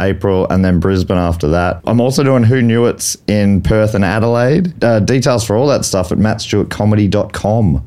April, and then Brisbane after that. I'm also doing Who Knew It's in Perth and Adelaide. Uh, details for all that stuff at mattstewartcomedy.com.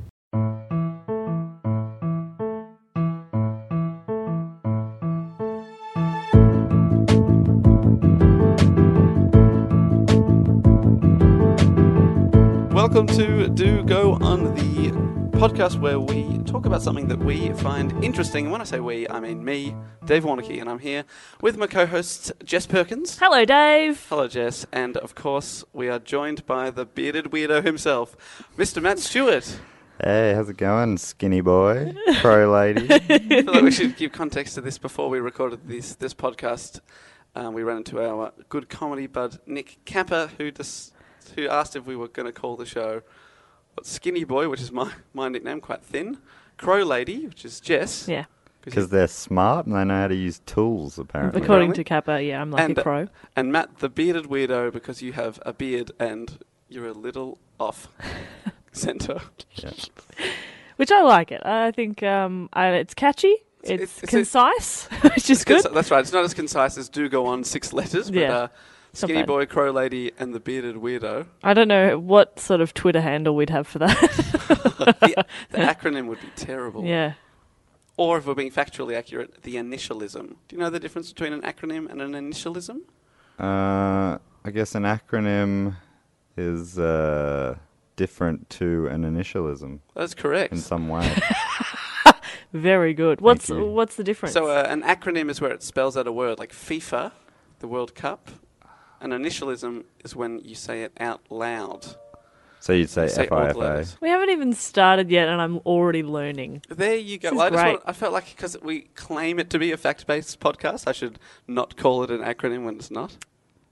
Welcome to Do Go On, the podcast where we talk about something that we find interesting. And when I say we, I mean me, Dave Warnocky, and I'm here with my co hosts, Jess Perkins. Hello, Dave. Hello, Jess. And of course, we are joined by the bearded weirdo himself, Mr. Matt Stewart. Hey, how's it going, skinny boy? Pro lady. I thought we should give context to this before we recorded this, this podcast. Um, we ran into our good comedy bud, Nick Kappa, who, dis- who asked if we were going to call the show what, Skinny Boy, which is my, my nickname, quite thin, Crow Lady, which is Jess. Yeah. Because they're smart and they know how to use tools, apparently. According to Really? Kappa, yeah, I'm like And- uh, a pro. And Matt, the bearded weirdo, because you have a beard and you're a little off center. Which I like it. I think um, I, it's catchy. It's, it's- it's- concise, which is good. That's right. It's not as concise as do go on six letters, but Yeah. uh, skinny bad. boy, crow lady, and the bearded weirdo. I don't know what sort of Twitter handle we'd have for that. the, the acronym would be terrible. yeah. Or if we're being factually accurate, the initialism. Do you know the difference between an acronym and an initialism? Uh, I guess an acronym is uh, different to an initialism That's correct. in some way. Very good. What's you. what's the difference? So uh, an acronym is where it spells out a word, like FIFA, the World Cup. An initialism is when you say it out loud. so you'd say, Say all the FIFA. letters. we haven't even started yet, and I'm already learning. There you This go. is Well, I, just great. want, I felt like because we claim it to be a fact-based podcast, I should not call it an acronym when it's not.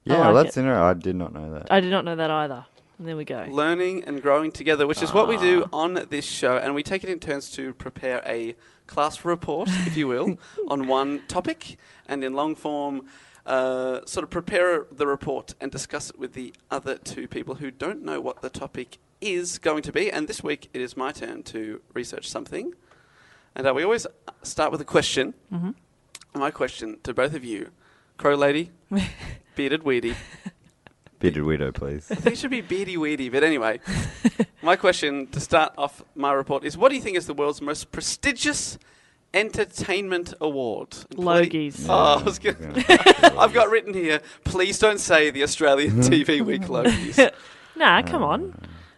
Yeah, like that's it. interesting. I did not know that. Oh, I did not know that either. And there we go. Learning and growing together, which is what we do Ah. on this show, and we take it in turns to prepare a class report, if you will, on one topic, and in long form, uh, sort of prepare the report and discuss it with the other two people who don't know what the topic is going to be. And this week, it is my turn to research something, and uh, we always start with a question. Mm-hmm. My question to both of you, Crow Lady, Bearded Weedy. Bearded Widow, please. I think it should be beady weedy, but anyway. my question to start off my report is what do you think is the world's most prestigious entertainment award? And ple- Logies. Oh, I was Yeah, gonna, I'm gonna- I've got written here, please don't say the Australian TV Week Logies. Nah, come Uh, on.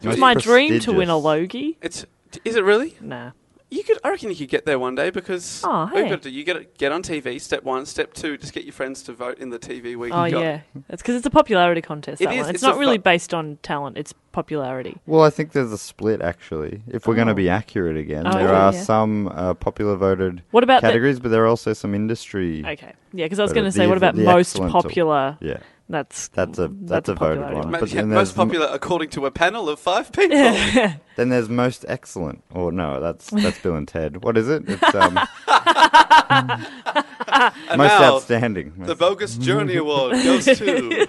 It was Most my dream to win a prestigious. Logie. It's is it really? Nah. You could I reckon you could get there one day because Oh, what you've hey. got to do, you gotta get on TV, step one, step two, just get your friends to vote in the TV week. Oh you got. yeah, that's because it's a popularity contest. It that is, one. It's, it's not a really fu- based on talent; it's popularity. well, I think there's a split, actually. If we're going Oh. to be accurate again, Oh, there yeah, are yeah. some uh, popular voted What about the- categories, but there are also some industry. Okay, yeah, because I was But going to the- say, what about the most excellent- popular? Yeah, That's that's a that's, a voted popularity one. Ma- But yeah, then most there's m- popular according to a panel of five people. Then there's most excellent, or no, that's that's Bill and Ted. What is it? It's um, And most Uh, now, outstanding. The Bogus Journey Award goes to.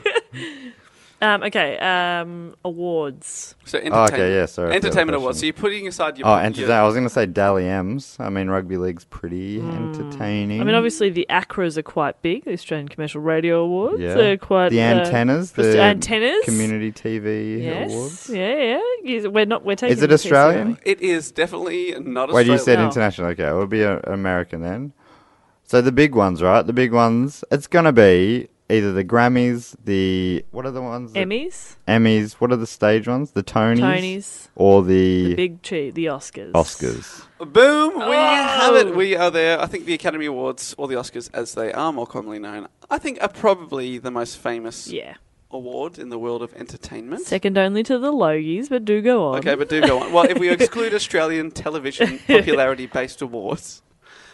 Um, okay, um, awards. So entertainment. Oh, okay, yeah, sorry, I forgot the Entertainment question. awards. So you're putting aside your. oh, your- entertain. I was going to say Dally M's. I mean, rugby league's pretty entertaining. Hmm. I mean, obviously the ACRAs are quite big. The Australian Commercial Radio Awards. Yeah. They're quite the uh, antennas, presti- the antennas. community TV Yes. awards. Yeah, yeah. Yes, We're not. We're taking. Is it the piss, aren't Australian? we? It is definitely not Wait, Australian. you said No. international. Okay, it'll be a, American then. So the big ones, right? The big ones. It's going to be either the Grammys, the what are the ones? that- Emmys, Emmys. What are the stage ones? The Tonys. Tonys, Or the the, big cheat, the Oscars. Oscars. Boom! We have Oh. it. We are there. I think the Academy Awards, or the Oscars as they are more commonly known, I think are probably the most famous Yeah, award in the world of entertainment. second only to the Logies, but do go on. Okay, but do go on. Well, if we exclude Australian television popularity based awards,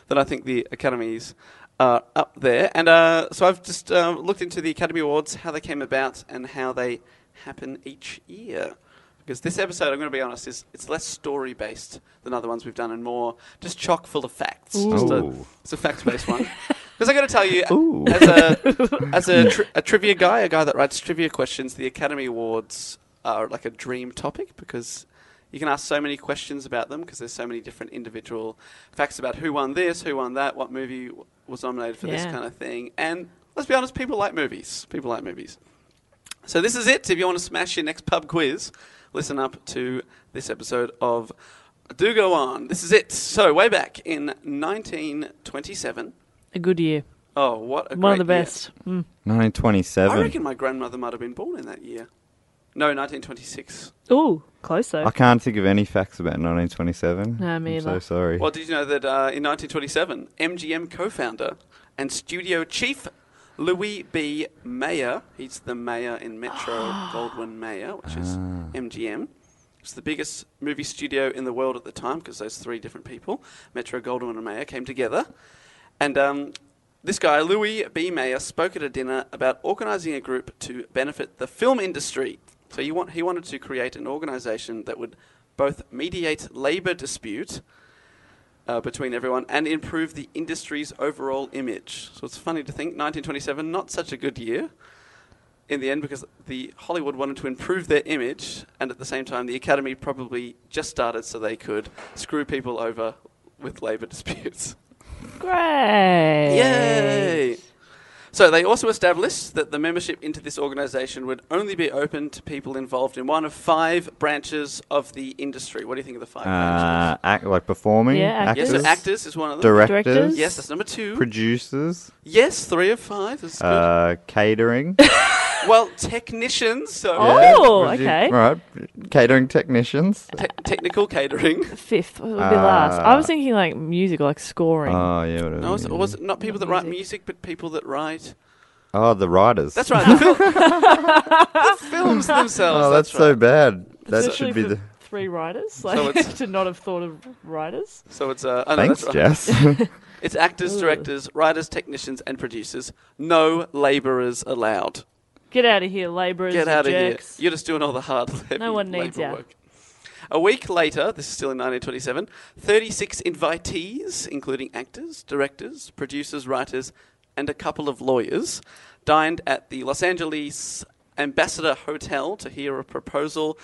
then I think the Academy's uh, up there. And uh, so I've just uh, looked into the Academy Awards, how they came about, and how they happen each year. Because this episode, I'm going to be honest, is it's less story based than other ones we've done, and more just chock full of facts. Just a- Ooh. it's a fact based one. Because I got to tell you, Ooh. as a as a, tri- a trivia guy, a guy that writes trivia questions, the Academy Awards are like a dream topic because you can ask so many questions about them because there's so many different individual facts about who won this, who won that, what movie w- was nominated for this Yeah. kind of thing. And let's be honest, people like movies. People like movies. So this is it. If you want to smash your next pub quiz, listen up to this episode of Do Go On. This is it. So way back in 1927. A good year. Oh, what a One of great the year. best. Mm. I 927. reckon my grandmother might have been born in that year. No, 1926. Ooh, close though. I can't think of any facts about 1927. No, me I'm so either. sorry. Well, did you know that uh, in 1927, MGM co-founder and studio chief Louis B. Mayer, he's the mayor in Metro Goldwyn Mayer, which is MGM. It's the biggest movie studio in the world at the time because those three different people, Metro Goldwyn Mayer, came together. And um, this guy, Louis B. Mayer, spoke at a dinner about organizing a group to benefit the film industry. So he, want, he wanted to create an organization that would both mediate labor dispute uh, between everyone and improve the industry's overall image. So it's funny to think 1927, not such a good year in the end because the Hollywood wanted to improve their image, and at the same time, the Academy probably just started so they could screw people over with labor disputes. Great. Yay! So they also established that the membership into this organization would only be open to people involved in one of five branches of the industry. What do you think of the five branches? uh, act, like performing Yeah, actors, Yes, so actors is one of them. directors, Directors. Yes, that's number two. producers, Yes, three of five. That's good. uh, catering. well, technicians, so Yeah. Oh, Produ- okay. Right, catering technicians. te- technical catering. Fifth would be last. I was Uh, thinking like music, like scoring. Oh yeah, whatever. No, was, yeah. was it not people that write Music. music, but people that write? oh the writers. That's right. The, fil- the films themselves. Oh, that's, right. so bad. That Especially should be for the. three writers. So Like it's- to not have thought of writers. So it's uh, oh, no, Thanks, that's right. Jess. It's actors, directors, writers, technicians, and producers. No labourers allowed. Get out of here, labourers. Get you out of here. jerks. You're just doing all the hard heavy No one needs labour ya. work. A week later, this is still in 1927, 36 invitees, including actors, directors, producers, writers, and a couple of lawyers, dined at the Los Angeles Ambassador Hotel to hear a proposal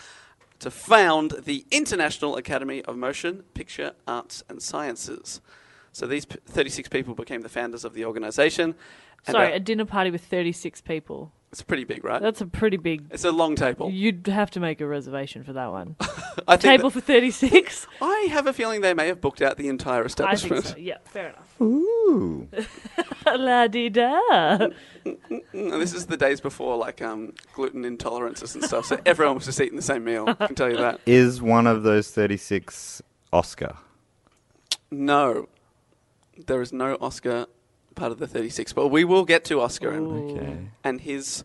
to found the International Academy of Motion, Picture, Arts, and Sciences. So these p- 36 people became the founders of the organization. And, Sorry, uh, a dinner party with 36 people. it's pretty big, right? That's a pretty big. It's a long table. You'd have to make a reservation for that one. I think Table for 36? that- I have a feeling they may have booked out the entire I think establishment. so. Yeah, fair enough. Ooh. La di da. Mm, and this is the days before like um, gluten intolerances and stuff, so everyone was just eating the same meal. I can tell you that. Is one of those thirty-six Oscar? No, there is no Oscar part of the 36, but we will get to Oscar and, Okay. and his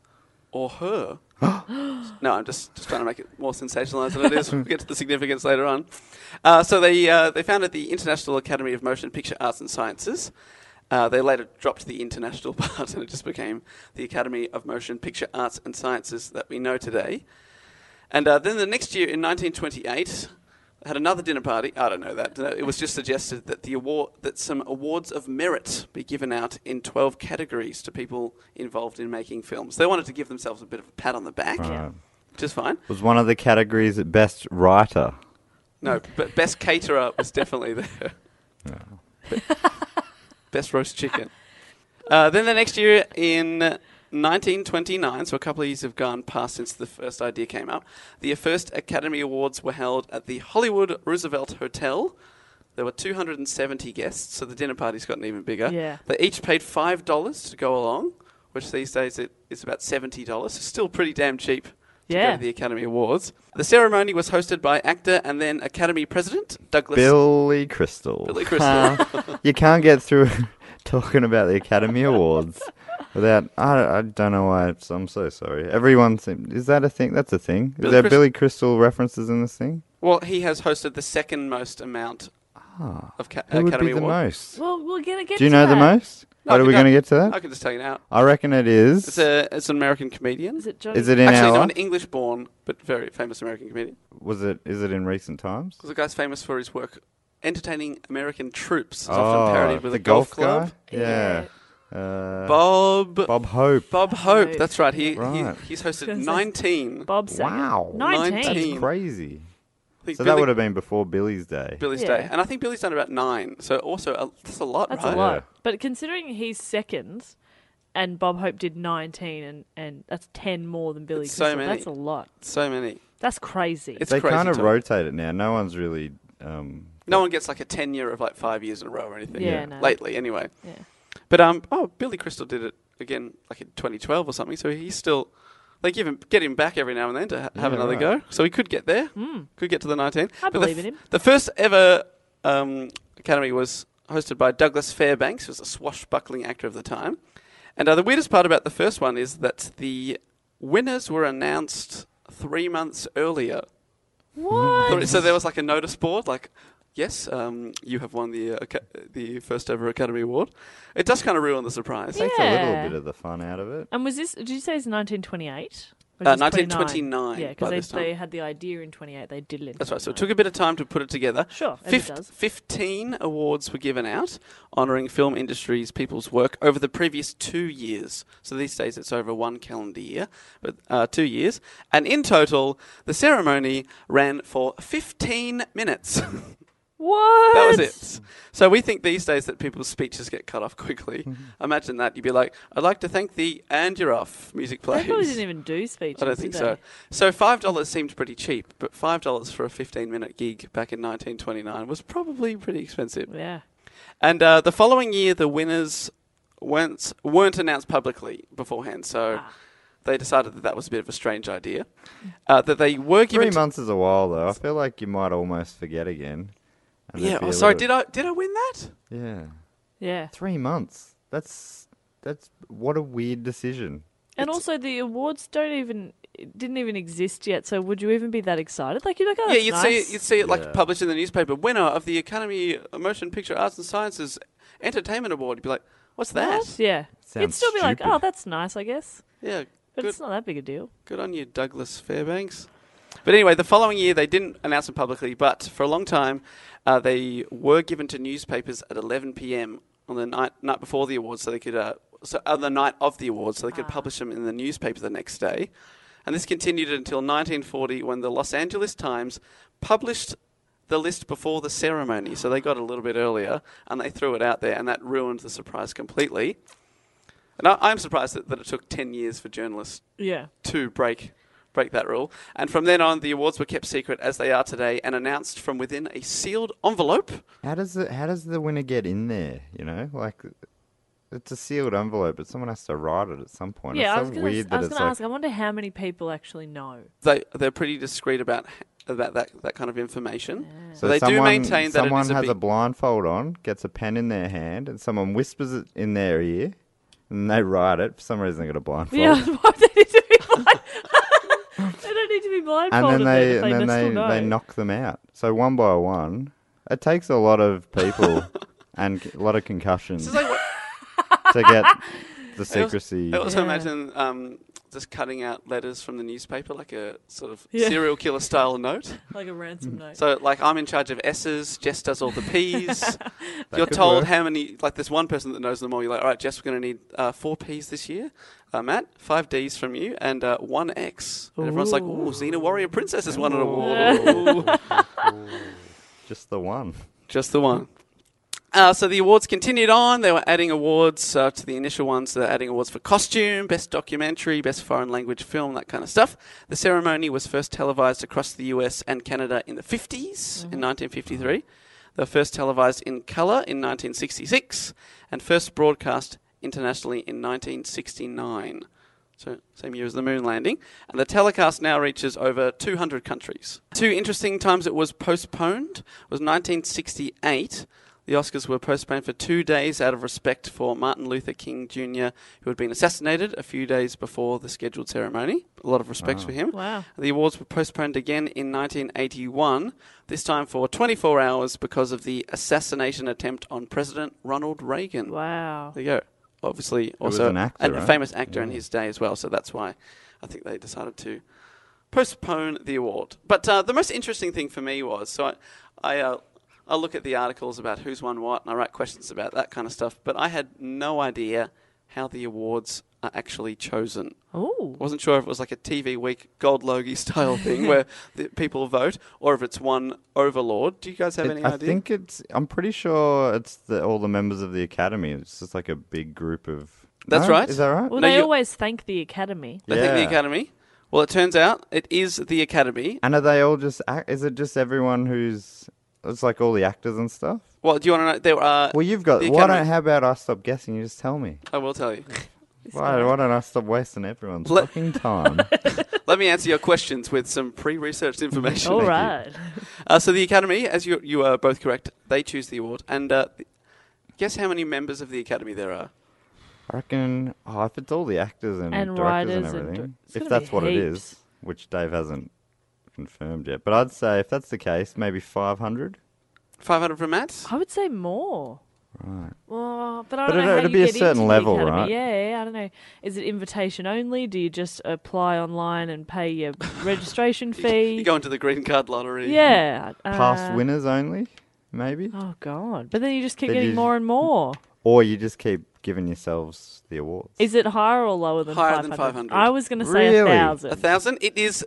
or her. no, I'm just, just trying to make it more sensationalized than it is. We'll get to the significance later on. Uh, so they, uh, they founded the International Academy of Motion Picture Arts and Sciences. Uh, they later dropped the international part and it just became the Academy of Motion Picture Arts and Sciences that we know today. And uh, then the next year in 1928, I had another dinner party. I don't know that. Uh, It was just suggested that the award that some awards of merit be given out in 12 categories to people involved in making films. They wanted to give themselves a bit of a pat on the back, Right. which is fine. Was one of the categories best writer? No, but best caterer was definitely there. best roast chicken. Uh, then the next year in 1929, so a couple of years have gone past since the first idea came up, the first Academy Awards were held at the Hollywood Roosevelt Hotel. There were 270 guests, so the dinner party's gotten even bigger. Yeah. They each paid $5 to go along, which these days it is about $70. So still pretty damn cheap to go Yeah. to the Academy Awards. The ceremony was hosted by actor and then Academy President Douglas Billy Crystal. Billy Crystal. you can't get through talking about the Academy Awards without. I, I don't know why. it's- I'm so sorry. Everyone seem- is that a thing? That's a thing. Billy is there Crys- Billy Crystal references in this thing? Well, he has hosted the second most amount of ca- Ah, Who would Academy be the Award. most? Well, we're going to get Do you to know the that. most? what I are we can- going to get to I that? can just take it out. I reckon it is. It's, a, it's an American comedian. Is it Johnny? is it in Actually, our? no, an English born, but very famous American comedian. was it? Is it in recent times? The guy's famous for his work entertaining American troops. It's Oh, often parodied with the a golf, club. Guy? Yeah. Uh, Bob, Bob Bob Hope. Hope. Hope. That's right. He, Right. he he's hosted Gonna say- 19. Bob Saget. Wow. 19. Nineteen. Crazy. I think So that Billy- would have been before Billy's day. Billy's Yeah. day, and I think Billy's done about nine. So also a, that's a lot, That's right? a lot. Yeah. But considering he's second and Bob Hope did 19 and, and that's 10 more than Billy That's so Crystal, many. That's a lot. So many. That's crazy. It's they crazy kind of to- rotate it now. No one's really. Um, No one gets like a tenure of like five years in a row or anything. Yeah, Yeah. no. Lately, anyway. yeah. But um, oh, Billy Crystal did it again, like in 2012 or something. So he's still. They give him get him back every now and then to ha- have Yeah, another right. go. So he could get there. Could get to the 19. Hmm. I the believe f- in him. The first ever um, Academy was hosted by Douglas Fairbanks, who was a swashbuckling actor of the time. And uh, the weirdest part about the first one is that the winners were announced three months earlier. What? So there was like a notice board, like, yes, um, you have won the uh, Aca- the first ever Academy Award. It does kind of ruin the surprise. Uh, Yeah. Takes a little bit of the fun out of it. And was this, did you say it's 1928? Or Uh, is this 1929 Yeah, by because they, this time. they had the idea in 28. They did it in That's right. So 29. it took a bit of time to put it together. Sure, as it does. Fifteen awards were given out, honouring film industry's people's work over the previous two years. So these days it's over one calendar year, but uh, two years. And in total, the ceremony ran for fifteen minutes. What? That was it. So we think these days that people's speeches get cut off quickly. Mm-hmm. Imagine that. You'd be like, I'd like to thank the and you're off music They plays. probably didn't even do speeches. I don't did think they? so. So five dollars seemed pretty cheap, but five dollars for a fifteen minute gig back in nineteen twenty nine was probably pretty expensive. Yeah. And uh, the following year, the winners weren't weren't announced publicly beforehand. So. Ah. They decided that that was a bit of a strange idea. Uh, that they were given. Three months is a while though. I feel like you might almost forget again. And yeah. there'd be Oh, a sorry. little- Did I did I win that? Yeah. Yeah. Three months. That's that's what a weird decision. And also, the awards don't even didn't even exist yet. So would you even be that excited? Like you're like, oh, yeah, that's you'd see nice. it, you'd see it like Yeah. published in the newspaper. Winner of the Academy of Motion Picture Arts and Sciences Entertainment Award. You'd be like, what's that? What? Yeah. You'd Sounds still be like, stupid. oh, that's nice, I guess. Yeah, But good, it's not that big a deal. good on you, Douglas Fairbanks. But anyway, the following year they didn't announce it publicly, but for a long time uh, they were given to newspapers at 11 p.m. on the night night before the awards, so they could uh, so on the night of the awards, so they could publish them in the newspaper the next day. And this continued until 1940 when the Los Angeles Times published the list before the ceremony, so they got a little bit earlier and they threw it out there, and that ruined the surprise completely. And I, I'm surprised that, that it took 10 years for journalists Yeah. to break break that rule. And from then on, the awards were kept secret as they are today, and announced from within a sealed envelope. How does the how does the winner get in there? You know, like it's a sealed envelope, but someone has to write it at some point. yeah. I was it's so gonna, weird I was that gonna it's ask. I wonder how many people actually know. They they're pretty discreet about about that that kind of information. like So they do maintain that someone it is has a, a big- blindfold on, gets a pen in their hand, and someone whispers it in their ear, and they write it. For some reason, they got a blindfold. Yeah. why do they need to be blind? they don't need to be and blindfolded. then they if and then must they, still know. they knock them out. So one by one, it takes a lot of people and c- a lot of concussions It's like what- to get the I also- secrecy. I also Yeah. imagine um, just cutting out letters from the newspaper, like a sort of Yeah. serial killer style note. like a Mm. ransom note. So, like, I'm in charge of S's. Jess does all the P's. You're could told work. how many. Like, there's one person that knows them all. You're like, all right, Jess, we're going to need uh, four P's this year. Uh, Matt, five D's from you, and uh, one X. And everyone's like, ooh, Xena Warrior Princess has won an award. Ooh. Just the one. Just the one. Uh, so the awards continued on. They were adding awards uh, to the initial ones. They're adding awards for costume, best documentary, best foreign language film, that kind of stuff. The ceremony was first televised across the US and Canada in the 50s, in 1953. They were first televised in colour in 1966 and first broadcast internationally in 1969. So, same year as the moon landing. And the telecast now reaches over 200 countries. Two interesting times it was postponed was 1968. The Oscars were postponed for two days out of respect for Martin Luther King Jr., who had been assassinated a few days before the scheduled ceremony. A lot of respect for him. Wow. The awards were postponed again in 1981, this time for 24 hours because of the assassination attempt on President Ronald Reagan. Wow. There you go. obviously was also an actor, and a right? famous actor in his day as well. So that's why I think they decided to postpone the award. But uh, the most interesting thing for me was so I, I, uh, I look at the articles about who's won what, and I write questions about that kind of stuff. But I had no idea how the awards are actually chosen. Oh, Wasn't sure if it was like a TV Week Gold Logie style thing where the people vote, or if it's one overlord. Do you guys have It- any I idea? think it's. I'm pretty sure it's the, all the members of the academy. It's just like a big group of. That's No? right. Is that right? well, No, they you- always thank the academy. They think Yeah. the Academy. Well, it turns out it is the Academy. And are they all just? Act, is it just everyone who's? It's like all the actors and stuff. Well, do you want to know? There are. Well, you've got. the Why Academy- don't? How about I stop guessing? You just tell me. I will tell you. Why? Why don't I stop wasting everyone's Let- fucking time? Let me answer your questions with some pre-researched information. All you. right. Uh, so the Academy, as you you are both correct, they choose the award. And uh, guess how many members of the Academy there are? I reckon. Oh, if it's all the actors and, And directors and writers and everything, dir- it's if gonna that's be what it heaps. is, which Dave hasn't confirmed yet, but I'd say if that's the case, maybe 500. Five hundred from Matt. I would say more. Right. Well, but I But don't know it'll- how it'll you be a get certain into the level, academy. right? Yeah, yeah, I don't know. Is it invitation only? Do you just apply online and pay your registration fee? You go into the green card lottery. yeah. Past uh, winners only, maybe, Oh god! But then you just keep Then getting you- more and more. or you just keep giving yourselves the awards. Is it higher or lower than Higher 500? than 500. I was going to say a Really? thousand. A thousand? It is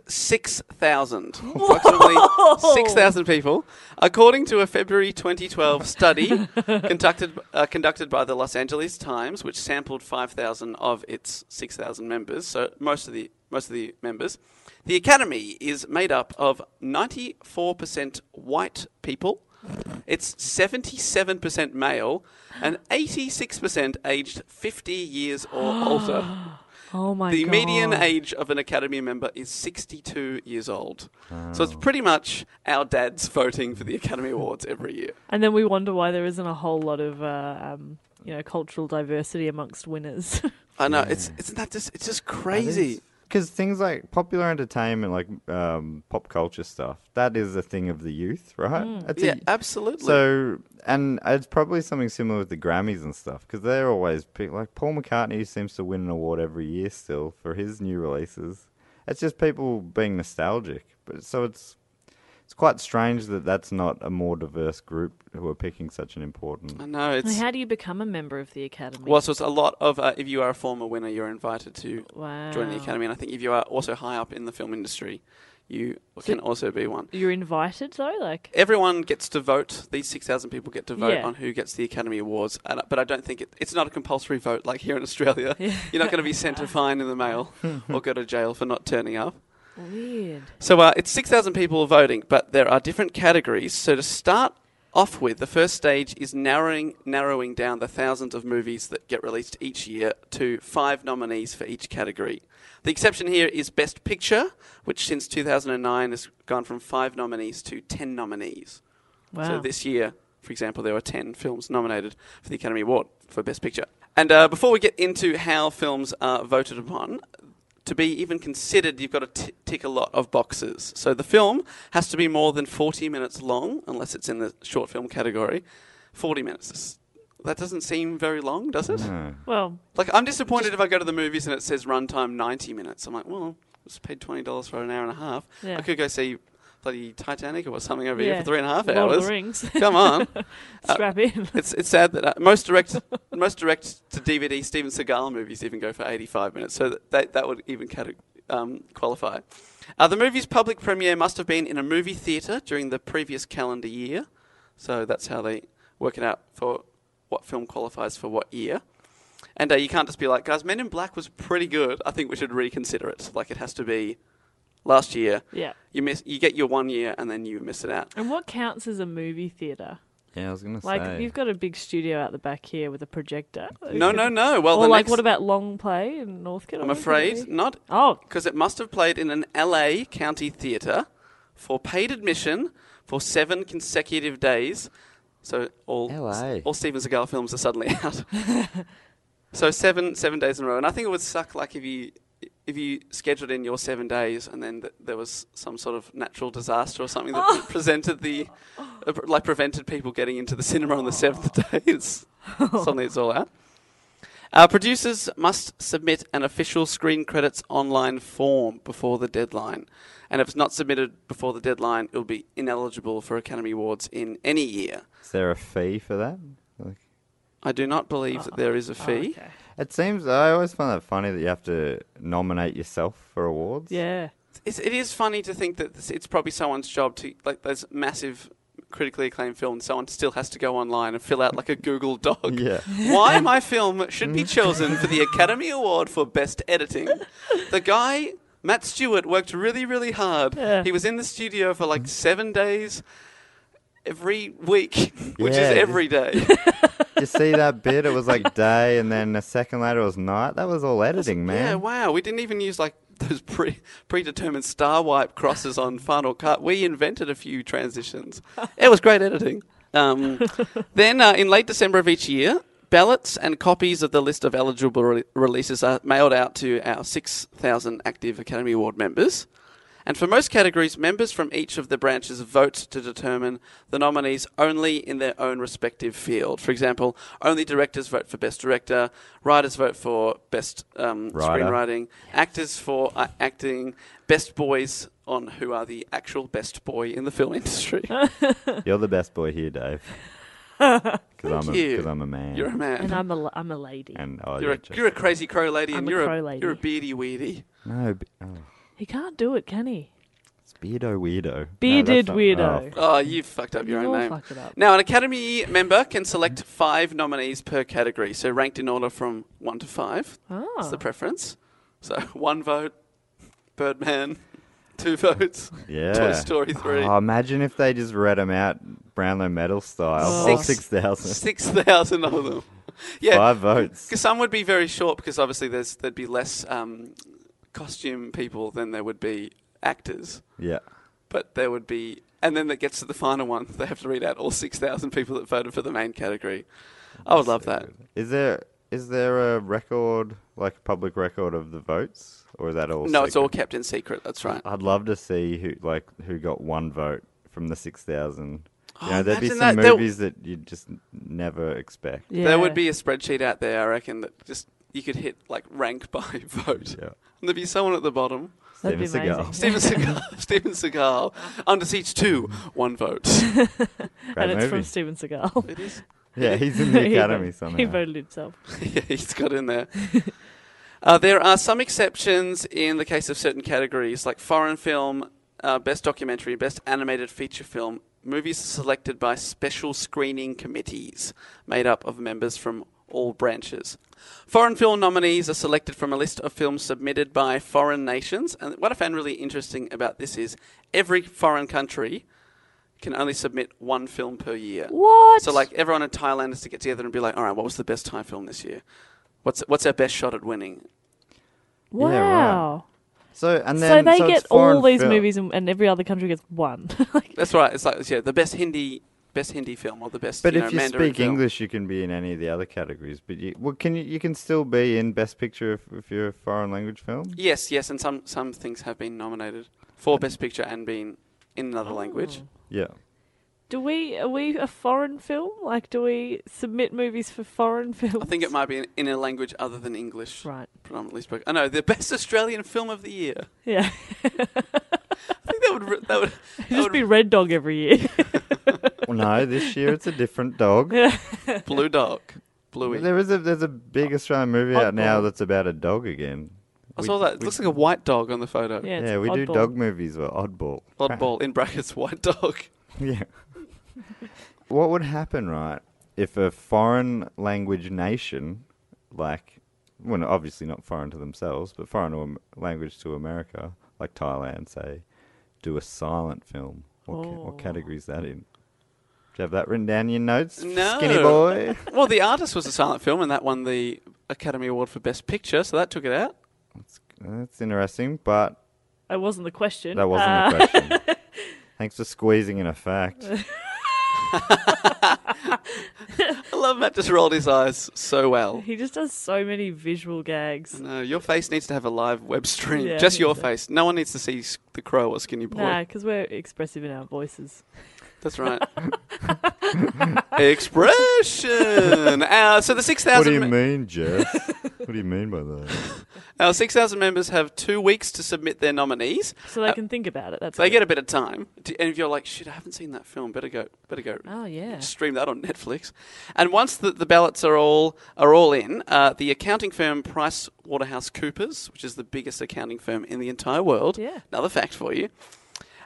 6,000. Approximately 6,000 people. According to a February 2012 study conducted, uh, conducted by the Los Angeles Times, which sampled 5,000 of its 6,000 members, so most of, the, most of the members, the Academy is made up of 94% white people. It's 77% male and 86% aged 50 years or older. oh my The god! median age of an Academy member is 62 years old. So it's pretty much our dads voting for the Academy Awards every year. And then we wonder why there isn't a whole lot of, uh, um, you know, cultural diversity amongst winners. I know, it's, isn't that just, it's just crazy. Because things like popular entertainment, like um, pop culture stuff, that is a thing of the youth, right? It's a- Mm. Yeah, absolutely. so, and it's probably something similar with the Grammys and stuff, because they're always pe- like Paul McCartney seems to win an award every year still for his new releases. It's just people being nostalgic, but so it's it's quite strange that that's not a more diverse group who are picking such an important. I know, I mean, it's, how do you become a member of the academy? well, so it's a lot of, uh, if you are a former winner, you're invited to wow. join the Academy. And I think if you are also high up in the film industry, you can also be one. You're invited though, like. Everyone gets to vote. These 6,000 people get to vote Yeah. on who gets the Academy Awards. And, uh, but I don't think it, it's not a compulsory vote like here in Australia. You're not going to be sent a fine in the mail or go to jail for not turning up. Weird. So uh, it's 6,000 people voting, but there are different categories. So to start off with, the first stage is narrowing, narrowing down the thousands of movies that get released each year to five nominees for each category. The exception here is Best Picture, which since 2009 has gone from five nominees to 10 nominees. Wow. So this year, for example, there were 10 films nominated for the Academy Award for Best Picture. And uh, before we get into how films are voted upon, to be even considered, you've got to t- tick a lot of boxes. So the film has to be more than 40 minutes long, unless it's in the short film category. 40 minutes. That doesn't seem very long, does it? No. well, Like, I'm disappointed if I go to the movies and it says runtime 90 minutes. I'm like, well, I just paid $20 for an hour and a half. Yeah. I could go see bloody Titanic or something over here Yeah. for three and a half Lord hours. Uh, of the Rings. Come on. Strap in. It's it's sad that uh, most direct most direct to DVD Steven Seagal movies even go for 85 minutes, so that that, that would even cate- um, qualify. Uh, the movie's public premiere must have been in a movie theatre during the previous calendar year, so that's how they work it out for what film qualifies for what year. And uh, you can't just be like, guys, Men in Black was pretty good. I think we should reconsider it. Like it has to be last year. Yeah. You miss you get your one year and then you miss it out. And what counts as a movie theater? Yeah, I was gonna Like say. you've got a big studio out the back here with a projector. No, no, no. Well, or the like next- what about long play in Northcote? I'm afraid not Oh, because it must have played in an LA county theatre for paid admission for seven consecutive days. So all LA. all Steven Seagal films are suddenly out. so seven seven days in a row, and I think it would suck. Like if you if you scheduled in your seven days and then th- there was some sort of natural disaster or something that presented the uh, pre- like prevented people getting into the cinema on the seventh day. It's, suddenly it's all out. Uh, producers must submit an official screen credits online form before the deadline. And if it's not submitted before the deadline, it'll be ineligible for Academy Awards in any year. Is there a fee for that? Like, I do not believe that there is a fee. Oh, okay. it seems I always find that funny that you have to nominate yourself for awards. Yeah. It's, it is funny to think that this, it's probably someone's job to like those massive critically acclaimed films. Someone still has to go online and fill out like a Google Doc. Yeah. Why my film should be chosen for the Academy Award for Best Editing? The guy Matt Stewart worked really, really hard. Yeah. He was in the studio for like seven days every week, which Yeah, is just- every day. you see that bit? It was like day, and then a second later it was night. That was all editing, Yeah, man. wow. We didn't even use like those pre predetermined star wipe crosses on Final Cut. We invented a few transitions. It was great editing. Um, then uh, in late December of each year, ballots and copies of the list of eligible re- releases are mailed out to our 6,000 active Academy Award members. And for most categories, members from each of the branches vote to determine the nominees only in their own respective field. For example, only directors vote for Best Director, writers vote for Best um, Writer. Screenwriting, actors for uh, acting, Best Boys on who are the actual best boy in the film industry. You're the best boy here, Dave. Because I'm, you. a- 'cause I'm a man. You're a man. And I'm a, l- I'm a lady. and oh, you're, a, just- you're a crazy crow lady, I'm and a you're crow a lady. you're a beardy weedy. no, be- oh, He can't do it, can he? it's beardo weirdo. Bearded no, that's not- oh, weirdo. f- Oh, you fucked up your You own all name. fucked it up. Now, an Academy member can select five nominees per category, so ranked in order from one to five. Ah. That's the preference. So one vote, Birdman. Two votes. yeah. Toy Story 3. Oh, imagine if they just read them out Brownlow medal style. All Oh. Six- 6,000. 6,000 of them. Yeah. Five votes. Because some would be very short, because obviously there's, there'd be less um, costume people than there would be actors. Yeah. But there would be. And then that gets to the final one. They have to read out all 6,000 people that voted for the main category. I would love that. Is there is there a record, like public record of the votes? Or is that all No, it's all secret? kept in secret. That's right. I'd love to see who like who got one vote from the six thousand. Oh, You know, there'd be imagine some that. There- movies that you just n- never expect. Yeah. There would be a spreadsheet out there, I reckon, that just you could hit like rank by vote. Yeah. And there'd be someone at the bottom. That'd be Steven amazing. Seagal. Steven Seagal, Steven Seagal, under siege two, one vote. Great and it's movie. from Steven Seagal. It is. yeah, he's in the He academy voted- somehow. He voted himself. yeah, he's got in there. Uh, there are some exceptions in the case of certain categories, like foreign film, uh, best documentary, best animated feature film. Movies selected by special screening committees made up of members from all branches. Foreign film nominees are selected from a list of films submitted by foreign nations. And what I found really interesting about this is every foreign country can only submit one film per year. What? So like everyone in Thailand has to get together and be like, all right, what was the best Thai film this year? What's what's our best shot at winning? Wow. right. So and So then they it's get all foreign these film. movies, and, and every other country gets one. like, That's right. It's like yeah, the best Hindi best Hindi film or the best. But you know, if you Mandarin speak film. English, you can be in any of the other categories. But you, well, can you? You can still be in Best Picture if, if you're a foreign language film. Yes, yes, and some some things have been nominated for best picture and been in another language. Yeah. do we are we a foreign film? Like, do we submit movies for foreign films? I think it might be in, in a language other than English, Oh. Right. predominantly spoken. I know the best Australian film of the year. Yeah. I think that would re- that would that Just would be Red Dog every year. Well, no, this year it's a different dog. Blue Dog, Bluey. There is a there's a big Australian movie out now Oddball. that's about a dog again. Oh. I We- saw that. It we- looks like a white dog on the photo. yeah. it's yeah, we do Oddball. dog movies with oddball. Oddball in brackets white dog. Yeah. what would happen, right, if a foreign language nation, like, well, obviously not foreign to themselves, but foreign to, Am- language to America, like Thailand, say, do a silent film? What, ca- Oh. what category is that in? Do you have that written down in your notes, No. skinny boy? Well, The Artist was a silent film, and that won the Academy Award for Best Picture, so that took it out. that's, that's interesting, but That wasn't the question. that wasn't Uh, the question. Thanks for squeezing in a fact. I love Matt just rolled his eyes so well. He just does so many visual gags. No, your face needs to have a live web stream. Yeah, I just think your so. face. No one needs to see s- the crow or skinny boy. Nah, because we're expressive in our voices. That's right. Expression. Uh, so the six What do thousand. you mean, Jeff? what do you mean by that? Our six thousand members have two weeks to submit their nominees. So they Uh, can think about it. That's They good. get a bit of time, D- and if you're like, "Shit, I haven't seen that film. Better go, better go, Oh yeah. stream that on Netflix." And once the, the ballots are all are all in, uh, the accounting firm Price Waterhouse Coopers, which is the biggest accounting firm in the entire world, Yeah. another fact for you,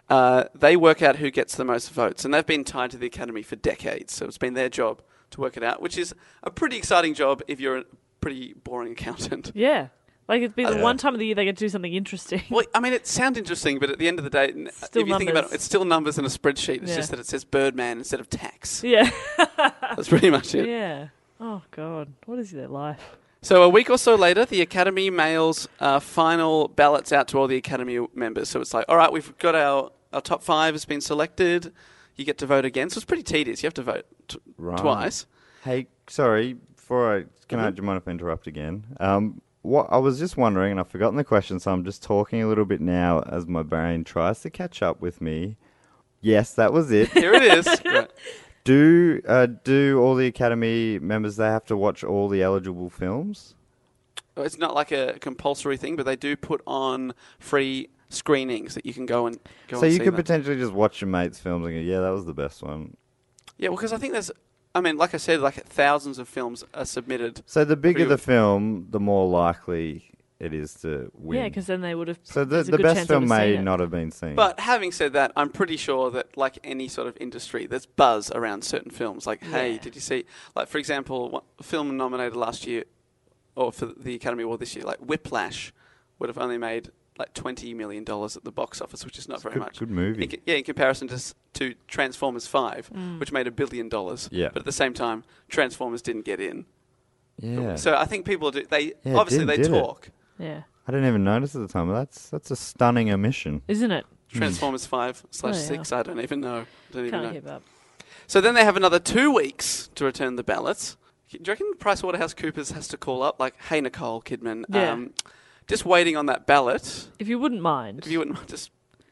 uh, they work out who gets the most votes, and they've been tied to the academy for decades. So it's been their job to work it out, which is a pretty exciting job if you're a pretty boring accountant. Yeah. Like it'd be the Yeah. Uh, one time of the year they get to do something interesting. Well, I mean, it sounds interesting, but at the end of the day, n- Still if you think about numbers. it, it's still numbers in a spreadsheet. It's Yeah. just that it says Birdman instead of tax. Yeah. That's pretty much it. yeah. Oh god. What is their life? So a week or so later, the Academy mails uh, final ballots out to all the Academy members. So it's like, all right, we've got our, our top five has been selected. You get to vote again. So it's pretty tedious. You have to vote t- Right. twice. Hey, sorry. Before I can I do you mind if I interrupt again? Um, what I was just wondering, and I've forgotten the question, so I'm just talking a little bit now as my brain tries to catch up with me. Yes, that was it. Here it is. Great. do uh, do all the academy members they have to watch all the eligible films? Oh, It's not like a compulsory thing, but they do put on free screenings that you can go and go so and you see could them. potentially just watch your mates' films and go, yeah, that was the best one. Yeah, well, because I think there's, I mean, like I said, like thousands of films are submitted. So the bigger you. the film, the more likely it is to win. Yeah, because then they would have. so the, there's a the good best chance they film would've may seen it. not have been seen. But having said that, I'm pretty sure that, like any sort of industry, there's buzz around certain films. Like, hey, Yeah. did you see, like, for example, one a film nominated last year or for the Academy Award this year, like Whiplash would have only made like $20 million at the box office, which is not very good- much. good movie. Mm. In ca- yeah, in comparison to, s- to Transformers 5, which made a billion dollars. Yeah. But at the same time, Transformers didn't get in. yeah, So I think people do, they, Yeah, it obviously, didn't, they did it? talk. Yeah. I didn't even notice at the time. That's that's a stunning omission. Isn't it? Mm. Transformers five slash Oh, yeah. six. I don't even know. Don't even Can't know. keep up. So then they have another two weeks to return the ballots. Do you reckon PricewaterhouseCoopers has to call up like, "Hey Nicole Kidman, Yeah. um, just waiting on that ballot. If you wouldn't mind. If you wouldn't mind, just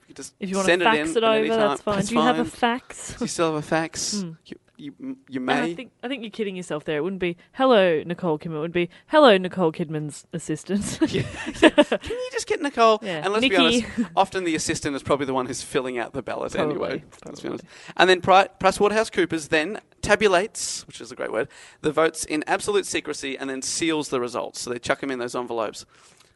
you just If you want to send fax it, it, in at any over, time. that's fine. Do you have a Do you fax? Hmm. still have a fax? You, you you And I may. think I think you're kidding yourself there. It wouldn't be hello Nicole Kidman. It would be hello Nicole Kidman's assistant. Can you just get Nicole? Yeah. And let's Nikki. be honest, often the assistant is probably the one who's filling out the ballot Probably, anyway. Let's be honest. And then Pri- PricewaterhouseCoopers then tabulates, which is a great word, the votes in absolute secrecy and then seals the results. So they chuck them in those envelopes.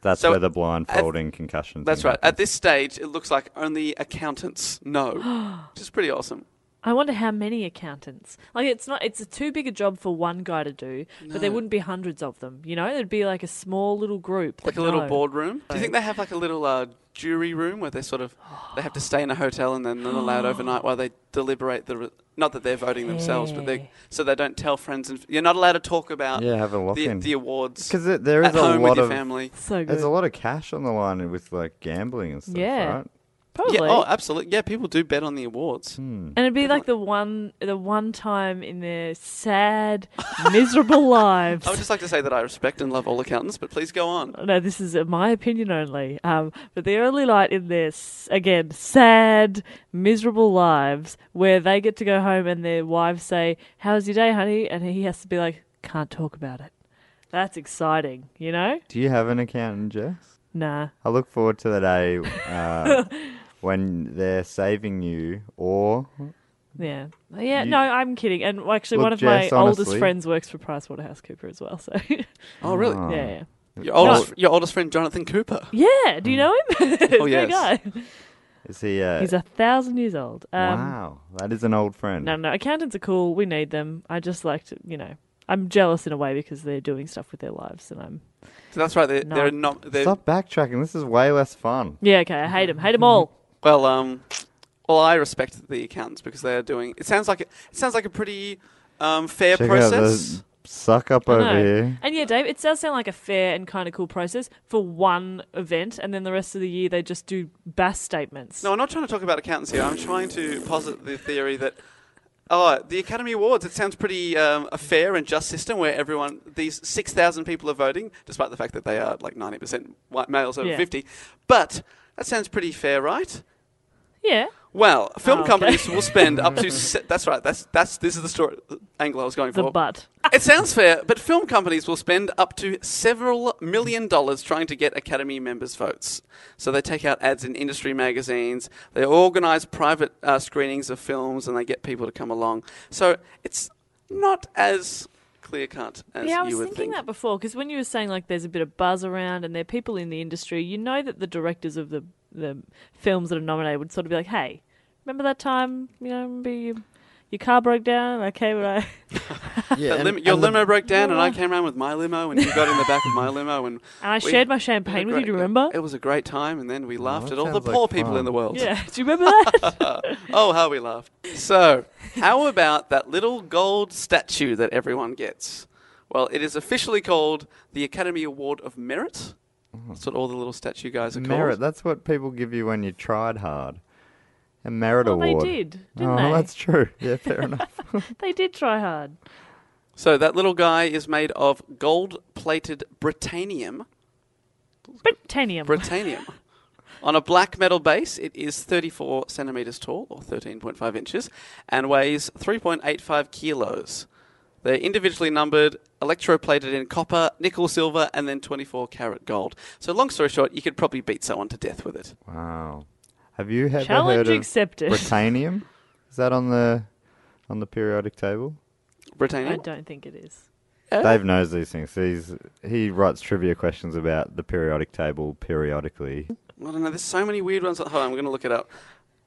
That's So where the blindfolding concussion. That's thing right. At this stage, it looks like only accountants know, which is pretty awesome. I wonder how many accountants. Like it's not it's a too big a job for one guy to do, but there wouldn't be hundreds of them. You know, there'd be like a small little group. Like that a little know. boardroom. Do you think they have like a little uh, jury room where they sort of they have to stay in a hotel and then they're allowed overnight while they deliberate the re- not that they're voting themselves, but they Hey. so they don't tell friends and you're not allowed to talk about Yeah, have a uh, the, lock-in. the awards Because there is at a home lot with your of family. So good. there's a lot of cash on the line with like gambling and stuff. Yeah. Right? Probably. Yeah, oh, absolutely. Yeah, people do bet on the awards. Hmm. and it'd be like the one the one time in their sad, miserable lives. I would just like to say that I respect and love all accountants, but please go on. no, this is uh, my opinion only. Um, but the only light in their s again sad, miserable lives where they get to go home and their wives say, "How's your day, honey?" and he has to be like, "Can't talk about it." That's exciting, you know? Do you have an accountant, Jess? Nah. I look forward to the day uh, when they're saving you or Yeah. Yeah, You- no, I'm kidding. And actually Look, one of Jess, my honestly- oldest friends works for PricewaterhouseCooper as well, so yeah, Oh, really? Ah. yeah. Your oldest, your oldest friend, Jonathan Cooper. Yeah, do you know him? oh, yes. guy. Is he? Uh, He's a thousand years old. Um, wow, that is an old friend. No, no, accountants are cool. We need them. I just like to, you know, I'm jealous in a way because they're doing stuff with their lives, and I'm. So that's right. They're, No. they're not. They're, Stop backtracking. This is way less fun. Yeah, okay, I hate them. Hate them all. Well, um, well, I respect the accountants because they are doing. It sounds like a, it sounds like a pretty um, fair Check out process. the suck up I over know. here. And yeah, Dave, it does sound like a fair and kind of cool process for one event, and then the rest of the year they just do bass statements. No, I'm not trying to talk about accountants here. I'm trying to posit the theory that Oh, the Academy Awards. It sounds pretty um, a fair and just system where everyone, these 6,000 people are voting, despite the fact that they are like 90% white males over Yeah. 50. But that sounds pretty fair, right? Yeah. Well, film Oh, okay. companies will spend up to. Se- that's right. That's that's this is the story angle I was going The for. butt. It sounds fair, but film companies will spend up to several million dollars trying to get Academy members' votes. So they take out ads in industry magazines, they organise private uh, screenings of films, and they get people to come along. So it's not as clear cut as Yeah, I was you would thinking think. that before because when you were saying like there's a bit of buzz around and there are people in the industry, you know that the directors of the the films that are nominated would sort of be like, "Hey, remember that time? You know, remember you, your car broke down? Okay, well, I Yeah, The and- lim- your and the- limo broke down, and I came around with my limo, and you got in the back of my limo, and and I we- shared my it was a champagne with you. great- Do you remember? It was a great time, and then we laughed that at all the sounds like poor people fun. in the world. yeah, do you remember that? Oh, how we laughed. So, how about that little gold statue that everyone gets? Well, it is officially called the Academy Award of Merit. That's what all the little statue guys are merit. called. That's what people give you when you tried hard. A merit well, they award. did, didn't oh, they? that's true. Yeah, fair enough. They did try hard. So, that little guy is made of gold plated Britannium. Britannium. Britannium. On a black metal base, it is 34 centimeters tall, or 13.5 inches, and weighs 3.85 kilos. They're individually numbered, electroplated in copper, nickel, silver, and then 24 karat gold. So, long story short, you could probably beat someone to death with it. Wow. Have you ever Challenge heard of accepted. Britannium? Is that on the on the periodic table? I Britannium? don't think it is. Dave knows these things. He's he writes trivia questions about the periodic table periodically. I don't know. There's so many weird ones. Hold on, I'm going to look it up.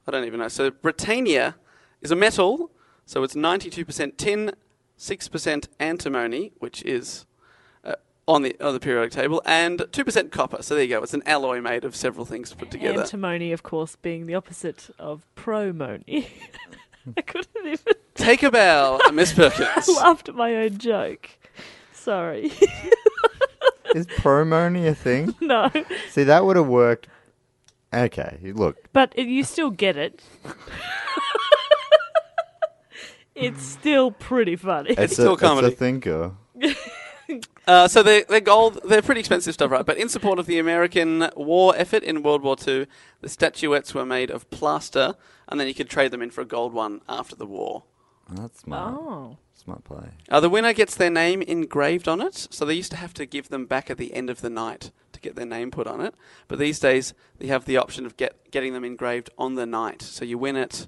I don't even know. So Britannia is a metal, so it's 92% tin, 6% antimony, which is uh, on the on the periodic table, and 2% copper. So there you go. It's an alloy made of several things put together. Antimony, of course, being the opposite of promony. I couldn't even Take a bow, Miss Perkins. laughed at my own joke. Sorry. Is promony a thing? no. See, that would have worked. Okay, look, But it, you still get it. it's still pretty funny. it's, still a, comedy. It's a thinker. Uh, so they're, they're gold. They're pretty expensive stuff, right? But in support of the American war effort in World War II, the statuettes were made of plaster, and then you could trade them in for a gold one after the war. That's smart. Oh. Smart play. Uh, the winner gets their name engraved on it, so they used to have to give them back at the end of the night to get their name put on it. But these days, they have the option of get, getting them engraved on the night. So you win it,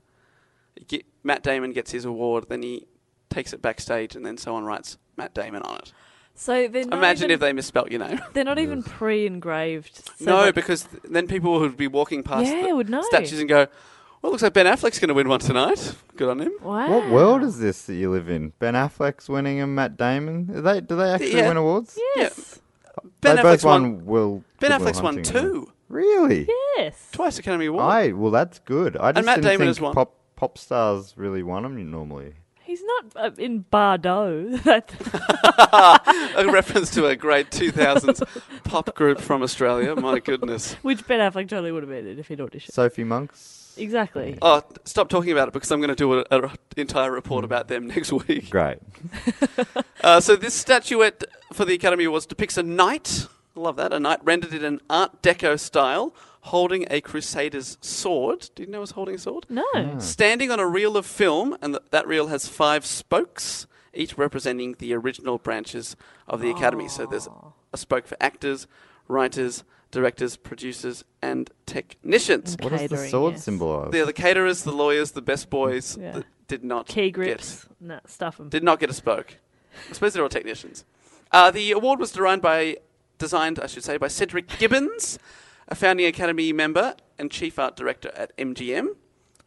you get, Matt Damon gets his award, then he takes it backstage, and then someone writes Matt Damon on it. So they're not Imagine even, if they misspelt your name. they're not even pre-engraved. So no, like- because th- then people would be walking past Yeah, the would know. statues and go, well, looks like Ben Affleck's going to win one tonight. Good on him. wow. What world is this that you live in? Ben Affleck's winning and Matt Damon. Are they do they actually Yeah. win awards? Yes. Ben they both Affleck's won. won. Will Ben Goodwill Affleck's won Hunting Award. two, Really? Yes. twice Academy Award. I well, that's good. I just Matt didn't Damon think has won. pop pop stars really won them normally. He's not uh, in Bardo. That a reference to a great 2000s pop group from Australia. My goodness. which Ben Affleck totally would have been in if he'd auditioned. Sophie Monks. Exactly. Oh, t- stop talking about it because I'm going to do a- an entire report about them next week. Great. Uh, so, this statuette for the Academy Awards depicts a knight. I love that. A knight rendered in an Art Deco style holding a crusader's sword. Did you know he was holding a sword? No. Hmm. Standing on a reel of film, and th- that reel has five spokes, each representing the original branches of the Academy. So there's a spoke for actors, writers, directors, producers, and technicians. What does the Catering, sword yes. symbolise? They're the caterers, the lawyers, the best boys Yeah. that did not Key get- grips. and that stuff. And did not get a spoke. I suppose they're all technicians. Uh, the award was designed by, designed, I should say, by Cedric Gibbons, a founding Academy member and chief art director at MGM,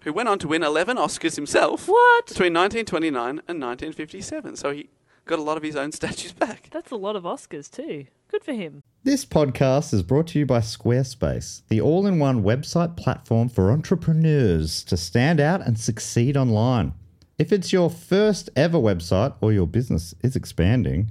who went on to win 11 Oscars himself What? between 1929 and 1957. So he got a lot of his own statues back. That's a lot of Oscars too. Good for him. This podcast is brought to you by Squarespace, the all in one website platform for entrepreneurs to stand out and succeed online. If it's your first ever website or your business is expanding,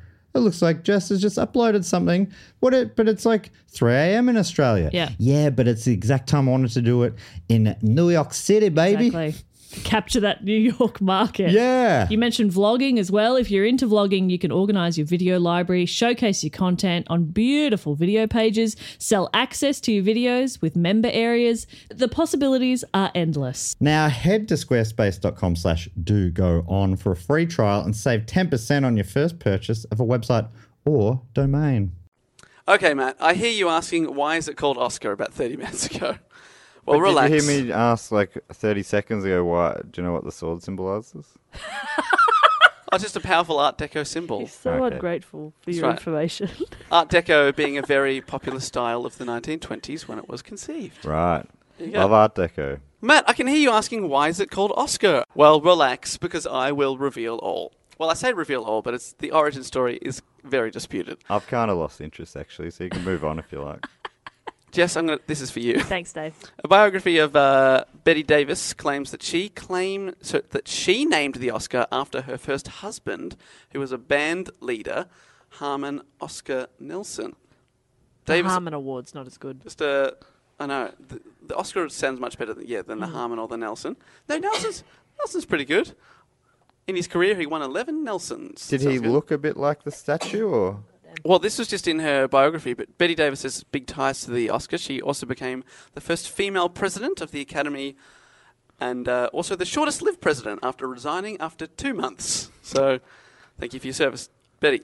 it looks like Jess has just uploaded something. What it? But it's like 3 a.m. in Australia. Yeah. Yeah, but it's the exact time I wanted to do it in New York City, baby. Exactly. Capture that New York market. Yeah. You mentioned vlogging as well. If you're into vlogging, you can organize your video library, showcase your content on beautiful video pages, sell access to your videos with member areas. The possibilities are endless. Now head to squarespace.com slash do go on for a free trial and save 10% on your first purchase of a website or domain. Okay, Matt, I hear you asking why is it called Oscar about 30 minutes ago. Well, But relax. Did you hear me ask like 30 seconds ago, why, do you know what the sword symbolizes? Oh, it's just a powerful Art Deco symbol. You're so Okay. ungrateful for That's your right. information. Art Deco being a very popular style of the 1920s when it was conceived. Right. you go. Love Art Deco. Matt, I can hear you asking why is it called Oscar? Well, relax because I will reveal all. Well, I say reveal all, but it's the origin story is very disputed. I've kind of lost interest actually, so you can move on if you like. Jess, I'm gonna. This is for you. Thanks, Dave. A biography of uh, Betty Davis claims that she claimed so that she named the Oscar after her first husband, who was a band leader, Harmon Oscar Nilsson. The Davis, Harmon Award's not as good. just a, I know the, the Oscar sounds much better than yeah than the Harmon or the Nelson. No, Nelson's Nelson's pretty good. In his career, he won eleven Nelsons. Did he Sounds good. look a bit like the statue or? Well, this was just in her biography, but Betty Davis has big ties to the Oscar. She also became the first female president of the Academy and uh, also the shortest lived president after resigning after two months. So thank you for your service, Betty.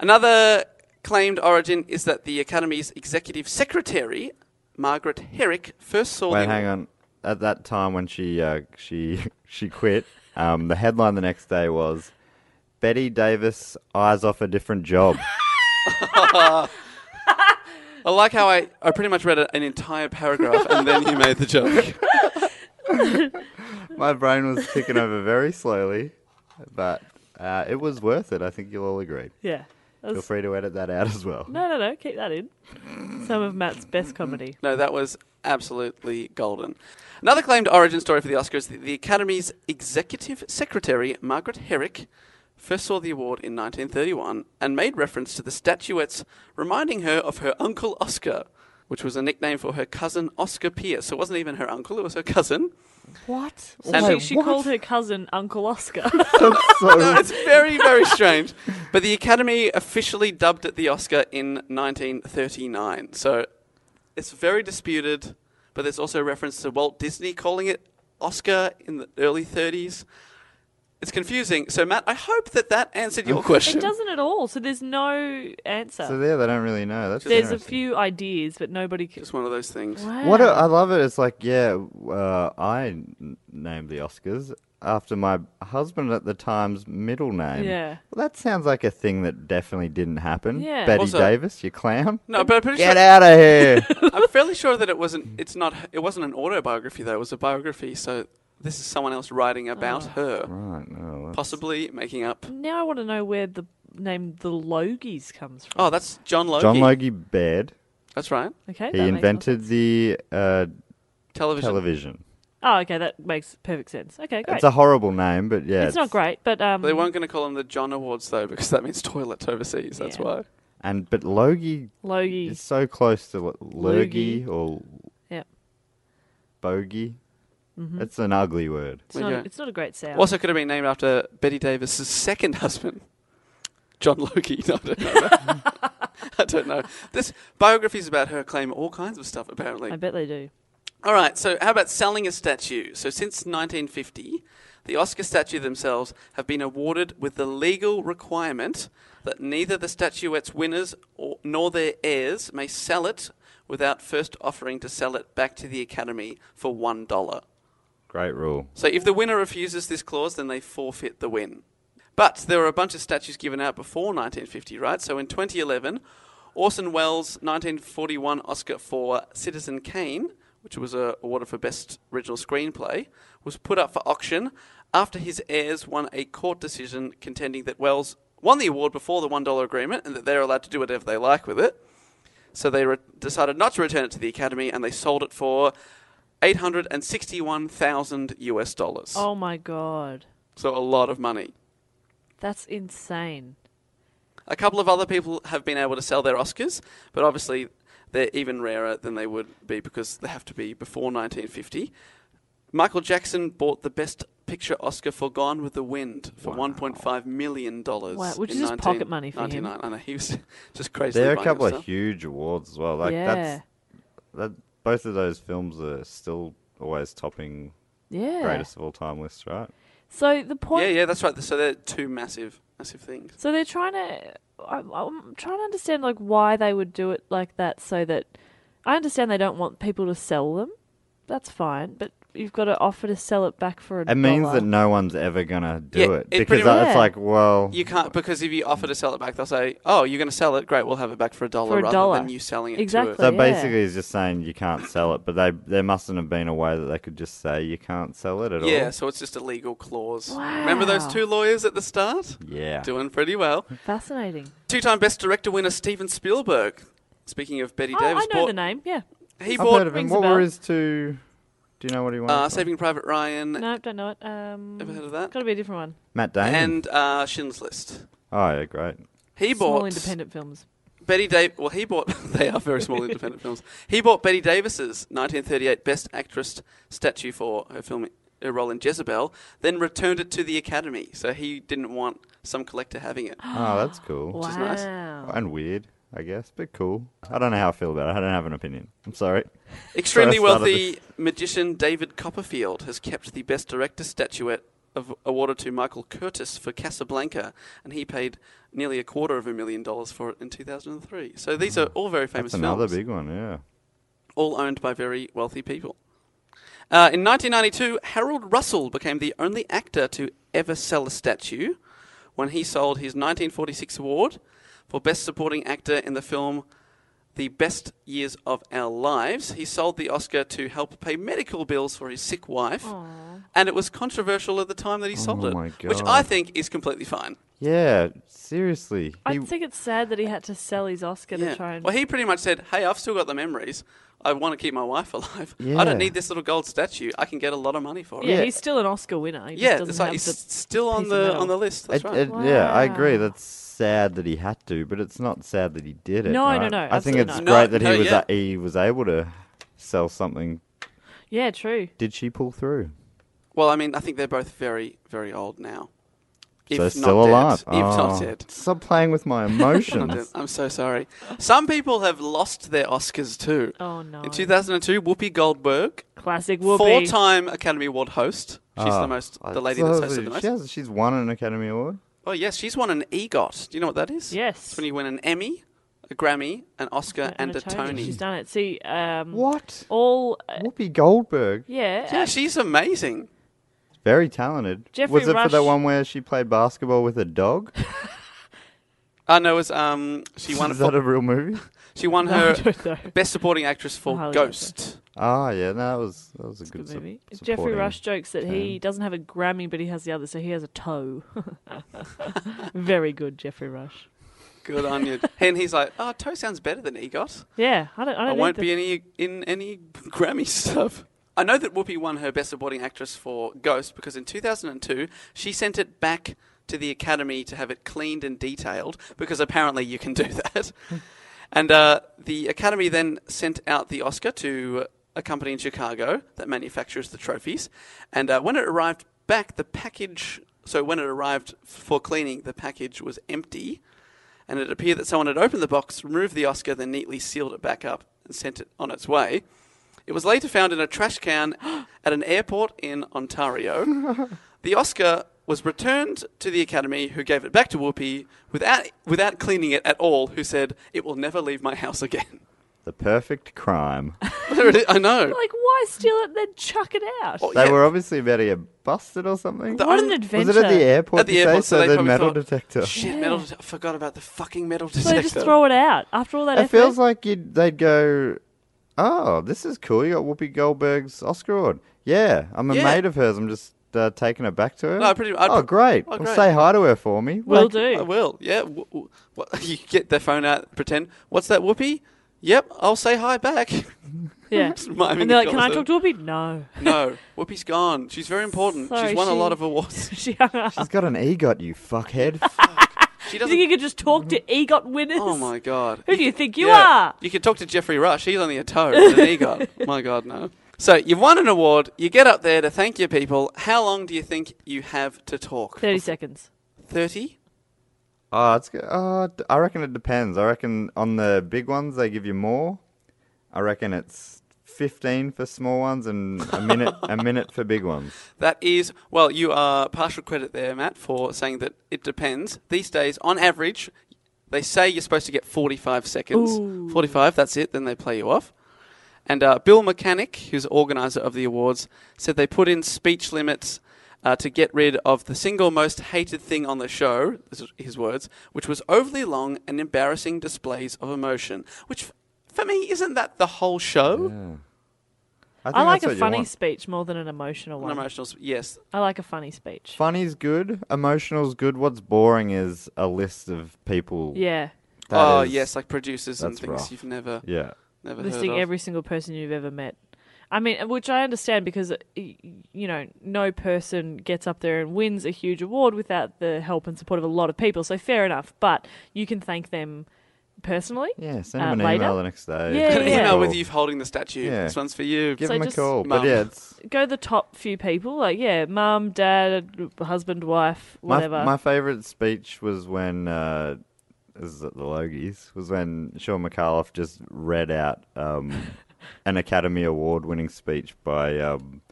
Another claimed origin is that the Academy's executive secretary, Margaret Herrick, first saw Wait, the. hang on. At that time when she uh, she she quit, um, the headline the next day was Betty Davis eyes off a different job. I like how I, I pretty much read a- an entire paragraph and then you made the joke. My brain was ticking over very slowly, but uh, it was worth it. I think you'll all agree. Yeah. That Feel was- free to edit that out as well. no, no, no. Keep that in. Some of Matt's best comedy. No, that was absolutely golden. Another claimed origin story for the Oscars the, the Academy's executive secretary, Margaret Herrick, first saw the award in 1931 and made reference to the statuettes reminding her of her uncle Oscar, which was a nickname for her cousin Oscar Pierce. So it wasn't even her uncle, it was her cousin. What? And- She, she called her cousin Uncle Oscar. No, it's very, very strange. But the Academy officially dubbed it the Oscar in 1939. So it's very disputed, but there's also reference to Walt Disney calling it Oscar in the early 30s. It's confusing. So, Matt, I hope that that answered your question. it doesn't at all. So there's no answer. So there, they don't really know. That's there's a interesting. few ideas, but nobody. Can... It's one of those things. Wow. What uh, a, I love it. It's like, yeah, uh, I n- named the Oscars after my husband at the time's middle name. Yeah. Well, that sounds like a thing that definitely didn't happen. Yeah. Betty Also- Davis, you clown. No, but I'm pretty Get sure, out of here. I'm fairly sure that it wasn't. It's not. It wasn't an autobiography though. It was a biography. So this is someone else writing about her, right. No, that's- possibly making up. Now I want to know where the name the Logies comes from. Oh, that's John Logie. John Logie Baird. That's right. okay. He that makes invented the uh, Television. television. Oh, okay. That makes perfect sense. Okay, great. It's a horrible name, but yeah. It's not great, but um, They weren't going to call them the John Awards though, because that means toilet overseas. That's Yeah. why. And but Logie Logie. is so close to L- Lurgy Lurgy. or Yep. bogey. Mm-hmm. It's an ugly word. It's not, Okay. it's not a great sound. Also, could have been named after Betty Davis's second husband, John Logie. No, I don't know. I don't know. This biographies about her claim all kinds of stuff. Apparently, I bet they do. All right, so how about selling a statue? So since 1950, the Oscar statue themselves have been awarded with the legal requirement that neither the statuette's winners or, nor their heirs may sell it without first offering to sell it back to the Academy for $1. Great rule. So if the winner refuses this clause, then they forfeit the win. But there were a bunch of statues given out before 1950, right? So in 2011, Orson Welles' 1941 Oscar for Citizen Kane, which was a awarded for Best Original Screenplay, was put up for auction after his heirs won a court decision contending that Welles won the award before the $1 agreement and that they're allowed to do whatever they like with it. So they re- decided not to return it to the Academy and they sold it for 861,000 US dollars. Oh my god, So a lot of money. that's insane. A couple of other people have been able to sell their Oscars, but obviously they're even rarer than they would be because they have to be before 1950. Michael Jackson bought the Best Picture Oscar for Gone with the Wind for 1.5 million dollars. Wow, which in is just pocket money for him. 1999. I know he was just crazy. There are a couple of huge awards as well. Like yeah, that's that. Both of those films are still always topping yeah. greatest of all time lists, right? So the point. Yeah, yeah, that's right. So they're two massive, massive things. So they're trying to. I, I'm trying to understand like why they would do it like that, so that I understand they don't want people to sell them. That's fine, but you've got to offer to sell it back for a It means dollar. that no one's ever gonna do Yeah, it it because pretty I- much- it's like, well, You can't because if you offer to sell it back, they'll say, "Oh, you're going to sell it? Great, we'll have it back for a dollar For a rather dollar. than you selling it Exactly. to so us." yeah. basically, it's just saying you can't sell it. But they there mustn't have been a way that they could just say you can't sell it at Yeah, all. so it's just a legal clause. Remember those Wow. two lawyers at the start? Yeah. Doing pretty well. fascinating. Two-time Best Director winner Steven Spielberg. Speaking of Betty Oh, I Davis, know the name. Yeah. name. he I've bought heard of him. rings What a bell. were his two? Do you know what he wanted? uh, for? Saving Private Ryan No, don't know it. Um, Ever heard of that? Got to be a different one. Matt Damon. and uh, Schindler's List. oh yeah, great. He Small bought independent films. Betty Davis. Well, he bought. they are very small independent films. He bought Betty Davis's 1938 Best Actress statue for her film, her role in Jezebel. Then returned it to the Academy. So he didn't want some collector having it. Oh, that's cool. Wow. is nice. And weird, I guess, but cool. I don't know how I feel about it. I don't have an opinion. I'm sorry. Extremely Sorry, I started wealthy magician David Copperfield has kept the Best Director statuette of, awarded to Michael Curtis for Casablanca, and he paid nearly a quarter of a million dollars for it in 2003. So these are all very famous That's another films, big one, yeah. all owned by very wealthy people. Uh, in 1992, Harold Russell became the only actor to ever sell a statue when he sold his 1946 award for Best Supporting Actor in the film The Best Years of Our Lives. He sold the Oscar to help pay medical bills for his sick wife, and it was controversial at the time that he sold Oh it, my which I God. think is completely fine. Yeah, seriously. I He- think it's sad that he had to sell his Oscar to try Yeah. and. Well, he pretty much said, "Hey, I've still got the memories. I want to keep my wife alive. I Yeah. don't need this little gold statue. I can get a lot of money for it." yeah, he's still an Oscar winner. He just Yeah, doesn't it's like have he's the- still on piece of the metal. on the list. That's it- right. it- Yeah, I agree. Wow. That's sad that he had to, but it's not sad that he did it. No, no, right? no, I think absolutely it's not. No, great that no, he was yeah. a- he was able to sell something. Yeah, true. Did she pull through? Well, I mean, I think they're both very, very old now. If so not still dead. alive. If Oh, not dead. Stop playing with my Not dead. emotions. I'm so sorry. Some people have lost their Oscars too. Oh no. In 2002, Whoopi Goldberg, Classic Whoopi. four-time Academy Award host. She's Oh, the most, I the lady love that's hosted the it. most. She has, she's won an Academy Award. Oh yes, she's won an EGOT. Do you know what that is? Yes. It's when you win an Emmy, a Grammy, an Oscar, and, a Tony. She's done it. See, um, What? all. Uh, Whoopi Goldberg. yeah. Yeah, she's amazing. Very talented. Jeffrey was it for that Rush- one where she played basketball with a dog? I know. It's um, she won. Is that for- a real movie? she won I her don't know. best supporting actress for highly doubt Ghost. Ah, yeah, no, that was that was a good, Good movie. Su- Jeffrey supporting. Rush jokes that he doesn't have a Grammy, but he has the other, so he has a toe. Very good, Jeffrey Rush. Good on you. and he's like, oh, Toe sounds better than EGOT. Yeah, I don't. I I don't won't think be any in any Grammy stuff. I know that Whoopi won her Best Supporting Actress for Ghost because in 2002 she sent it back to the Academy to have it cleaned and detailed because apparently you can do that. and uh, the Academy then sent out the Oscar to a company in Chicago that manufactures the trophies. And uh, when it arrived back, the package. So when it arrived for cleaning, the package was empty and it appeared that someone had opened the box, removed the Oscar, then neatly sealed it back up and sent it on its way. It was later found in a trash can at an airport in Ontario. the Oscar was returned to the Academy, who gave it back to Whoopi without, without cleaning it at all, who said, It will never leave my house again. The perfect crime. Literally, I know. Like, why steal it and then chuck it out? Well, They yeah. were obviously about to get busted or something. The what an only- adventure! was it at the airport? At the you say? airport, so so, they the probably metal thought, detector. Shit, metal detector. I forgot about the fucking metal So detector. they just throw it out after all that It effort. feels like you'd, they'd go, "Oh, this is cool. You got Whoopi Goldberg's Oscar award. Yeah, I'm a Yeah. mate of hers. I'm just uh, taking it back to her. No, pretty- I'd oh, pr- great. oh, Well, great. say hi to her for me. Will Like, do. I will. Yeah. W- w- what- you get their phone out, pretend. What's that, Whoopi? Yep, I'll say hi back. yeah. Just miming And they're the like, "Can I talk to Whoopi?" No. conversation. No, Whoopi's gone. She's very important. Sorry, She's won she- a lot of awards. she hung up. She's got an egot, you fuckhead. She Do you think you doesn't. could just talk to EGOT winners? Oh my god. Who do you think you are? You could talk to Jeffrey Rush. He's only a toad and an egot. My god, no. So you've won an award. You get up there to thank your people. How long do you think you have to talk? Thirty seconds. Thirty. oh, it's good. Oh, d- I reckon it depends. I reckon on the big ones they give you more. I reckon it's fifteen for small ones and a minute a minute for big ones. That is, well, you are partial credit there, Matt, for saying that it depends. These days, on average, they say you're supposed to get 45 seconds. 45, that's it, then they play you off. And uh, Bill Mechanic, who's organizer of the awards, said they put in speech limits uh, to get rid of the single most hated thing on the show, this is his words, which was overly long and embarrassing displays of emotion. Which, f- for me, isn't that the whole show? I, think I like that's what a you funny want. speech more than an emotional An one. emotional, s- yes. I like a funny speech. Funny's good, emotional's good. What's boring is a list of people. yeah, That oh, is- yes, like producers and that's things rough. you've never. Yeah. Never listing heard of. every single person you've ever met. I mean, which I understand because y- you know no person gets up there and wins a huge award without the help and support of a lot of people. So fair enough, but you can thank them personally. Yeah, send Uh, him an later? email the next day. Yeah, Give Got an him a yeah. email call. with you holding the statue. Yeah. This one's for you. Give So him a just- call. Mum. But yeah, it's Go the top few people, like yeah, mum, dad, husband, wife, my, whatever. my favorite speech was when uh, this is at the Logies was when Sean McAuliffe just read out um, an Academy Award winning speech by um,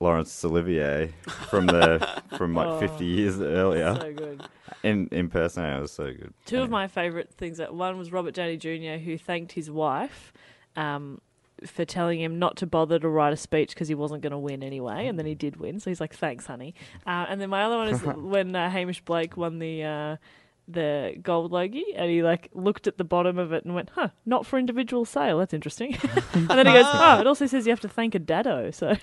Laurence Olivier from the from like Oh. 50 years earlier so good. in in person. and It was so good. Two of Anyway. my favourite things. That one was Robert Downey Jr., who thanked his wife um, for telling him not to bother to write a speech because he wasn't going to win anyway, and then he did win. So he's like, "Thanks, honey." Uh, and then my other one is when uh, Hamish Blake won the. Uh, the gold logie, and he like looked at the bottom of it and went, "Huh, not for individual sale. That's interesting." and then he goes, Ah. "Oh, it also says you have to thank a dado." So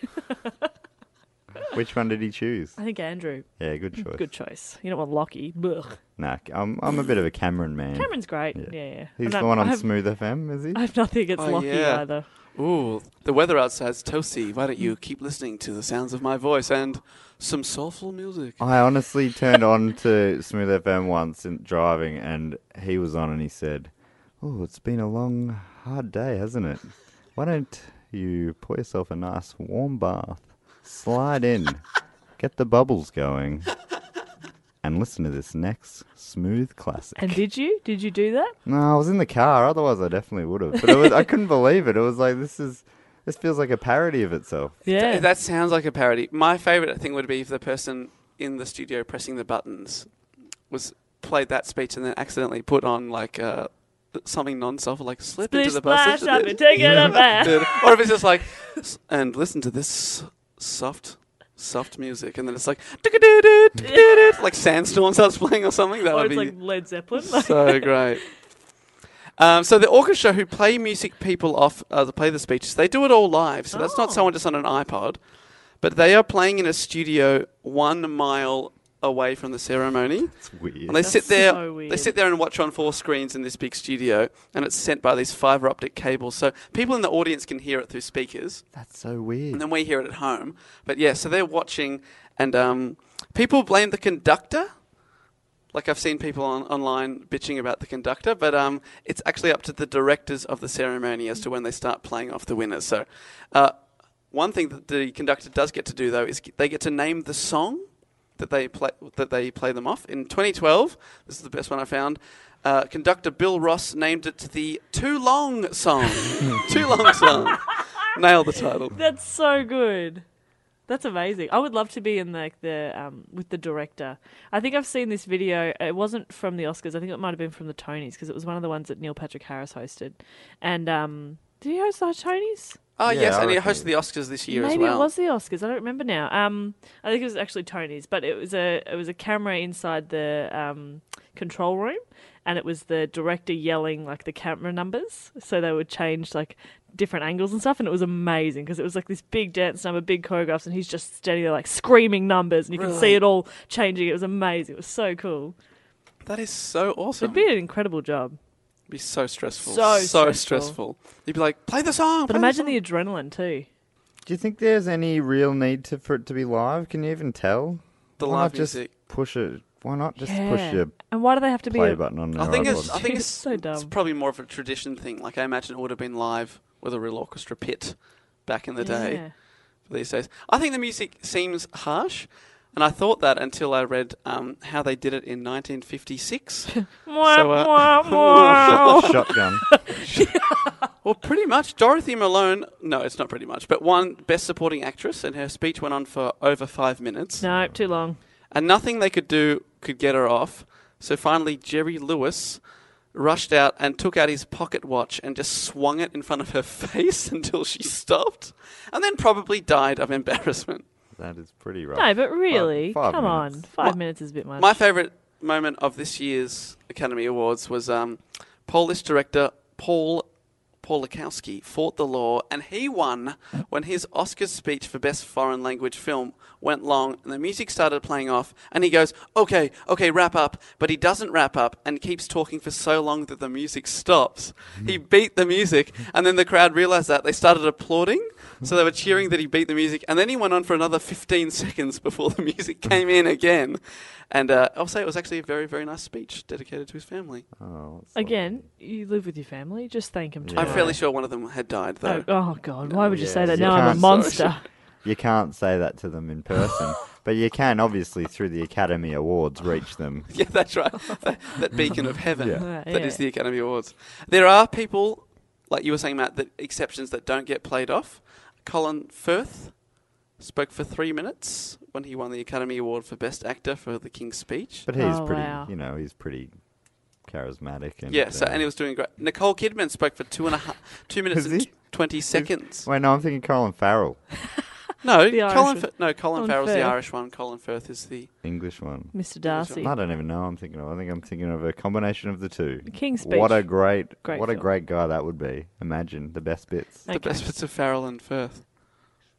Which one did he choose? I think Andrew, Yeah, good choice. good choice. You don't want Lockie. Blech. Nah, I'm I'm a bit of a Cameron man. Cameron's great. Yeah, Yeah. yeah. yeah. He's And the I'm- one on I have- Smooth FM, is he? I have nothing against Oh, Lockie yeah. either. Ooh, the weather outside's toasty. Why don't you keep listening to the sounds of my voice and some soulful music? I honestly turned on to Smooth FM once in driving, and he was on, and he said, "Oh, it's been a long, hard day, hasn't it? Why don't you pour yourself a nice warm bath, slide in, get the bubbles going, and listen to this next smooth classic." And did you? Did you do that? no, I was in the car. Otherwise, I definitely would have. But it was, I couldn't believe it. It was like this is this feels like a parody of itself. Yeah. Th- That sounds like a parody. My favorite thing would be if the person in the studio pressing the buttons was played that speech and then accidentally put on like uh, something non-soulful, like slip Splish into the passage. splash up and take it up Ah. back. or if it's just like, s- and listen to this soft, soft music, and then it's like, like sandstorm starts playing or something. That Or would Oh, it's be like Led Zeppelin. so great. Um, so the orchestra who play music people off, uh, they play the speeches. They do it all live, so that's Oh. not someone just on an iPod, but they are playing in a studio one mile away from the ceremony. It's weird. And they sit there. so weird. They sit there and watch on four screens in this big studio, and it's sent by these fiber optic cables. So people in the audience can hear it through speakers, That's so weird. and then we hear it at home. But yeah, so they're watching, and um, people blame the conductor. Like I've seen people on, online bitching about the conductor, but um, it's actually up to the directors of the ceremony as to when they start playing off the winners. So, uh, one thing that the conductor does get to do though is they get to name the song that they play that they play them off. In 2012, this is the best one I found. Uh, conductor Bill Ross named it the Too Long song. Too Long song. Nail the title. That's so good. That's amazing. I would love to be in like the um with the director. I think I've seen this video. It wasn't from the Oscars. I think it might have been from the Tonys because it was one of the ones that Neil Patrick Harris hosted. And um, did he host the Tonys? Oh, Yeah, yes, I and he reckon. hosted the Oscars this year Maybe as well. it was the Oscars. I don't remember now. Um, I think it was actually Tony's, but it was a it was a camera inside the um, control room, and it was the director yelling like the camera numbers, so they would change like different angles and stuff, and it was amazing because it was like this big dance number, big choreographs, and he's just standing there like screaming numbers, and you can see Right. it all changing. It was amazing. It was so cool. That is so awesome. It'd be an incredible job. It'd be so stressful. So so stressful. stressful. You'd be like, play the song. But play imagine the. the adrenaline too. Do you think there's any real need to, for it to be live? Can you even tell? The Why live not just music. push it? Why not just Yeah. push your And why do they have to be? play a- button on there? song. I think it's. I think It's it's, so It's dumb. probably more of a tradition thing. Like I imagine it would have been live with a real orchestra pit back in the day. Yeah. these days. I think the music seems harsh, and I thought that until I read um, how they did it in 1956. So, uh, Mwah, mwah, mwah. Shotgun. well, pretty much Dorothy Malone. No, it's not pretty much, but one best supporting actress, and her speech went on for over five minutes, no, too long. and nothing they could do could get her off. So finally, Jerry Lewis rushed out and took out his pocket watch and just swung it in front of her face until she stopped, and then probably died of embarrassment. that is pretty rough. No, but really, five come minutes. Oh, on, five My- minutes is a bit much. My favourite moment of this year's Academy Awards was um, Polish director Paul Polakowski fought the law and he won when his Oscars speech for Best Foreign Language Film went long and the music started playing off and he goes, okay, okay, wrap up, but he doesn't wrap up and keeps talking for so long that the music stops. He beat the music and then the crowd realised that. They started applauding, so they were cheering that he beat the music and then he went on for another 15 seconds before the music came in again. And uh, I'll say it was actually a very, very nice speech dedicated to his family. Oh, that's Again, you live with your family. Just thank them. Yeah. I'm fairly sure one of them had died though. Oh, oh God, why would you Yeah, say that? you Now I'm a can't. monster. lovely. you can't say that to them in person, but you can obviously through the Academy Awards reach them. Yeah, that's right. that, that beacon of heaven. Yeah. that is Right, yeah. the Academy Awards. There are people, like you were saying, Matt, that exceptions that don't get played off. Colin Firth spoke for three minutes when he won the Academy Award for Best Actor for The King's Speech. But he's Oh, pretty, wow. you know, he's pretty charismatic. And, yeah, so, uh, and he was doing great. Nicole Kidman spoke for two and a half, two minutes Was and he? tw- twenty seconds. Wait, no, I'm thinking Colin Farrell, No, The Irish Colin. one. Fir- no, Colin, Colin Farrell's the Firth. Irish one. Colin Firth is the English one. Mr. Darcy. I don't even know. I'm thinking of. I think I'm thinking of a combination of the two. King's What a Speech. great, Great what a film. great guy that would be. Imagine the best bits. Okay. the best bits of Farrell and Firth.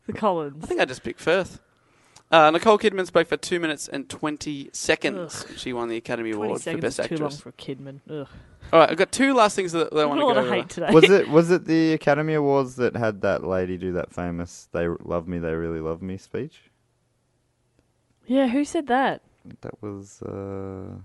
The Collins. I think I just picked Firth. Uh, Nicole Kidman spoke for two minutes and twenty seconds. She won the Academy Twenty Award for seconds Best is too long Actress. for a Kidman. Ugh. All right, I've got two last things that, that I I've want got to a go lot of over. hate today. was it was it the Academy Awards that had that lady do that famous "They love me, they really love me" speech? Yeah, who said that? That was uh,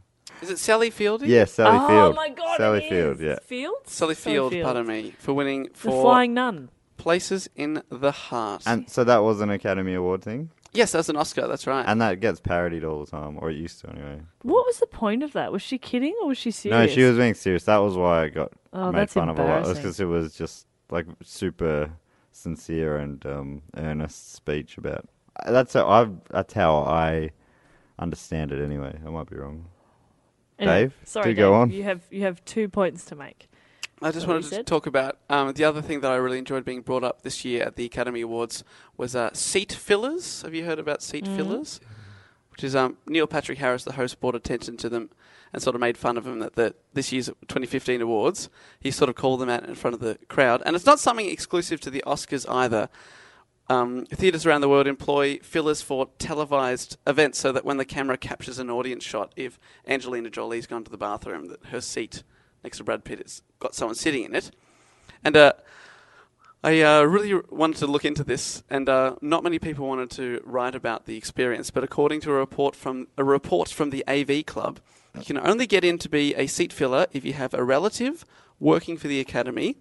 Is it Sally Fielding? yeah, Sally oh Field. my God, Sally it Field. is. Yeah, Fields. Sally Field, Field. pardon me, for winning The for Flying Nun. Places in the Heart. and so that was an Academy Award thing, yes, that's an Oscar. That's right. and that gets parodied all the time, or it used to anyway. What was the point of that? Was she kidding or was she serious? No, she was being serious. That was why I got Oh, made that's fun of a lot. That's embarrassing. because it was just like super sincere and um, earnest speech about. uh, That's how I. That's how I understand it. Anyway, I might be wrong. Anyway, Dave, sorry, do go Dave, on. You have you have two points to make. I just What wanted you to said? talk about um, the other thing that I really enjoyed being brought up this year at the Academy Awards was uh, seat fillers. Have you heard about seat Mm-hmm. fillers? Which is um, Neil Patrick Harris, the host, brought attention to them and sort of made fun of them at the, this year's 2015 awards. He sort of called them out in front of the crowd, and it's not something exclusive to the Oscars either. Um, theaters around the world employ fillers for televised events so that when the camera captures an audience shot, if Angelina Jolie's gone to the bathroom, that her seat next to Brad Pitt has got someone sitting in it. And uh, I uh, really r- wanted to look into this, and uh, not many people wanted to write about the experience. But according to a report from a report from the AV Club, you can only get in to be a seat filler if you have a relative working for the academy,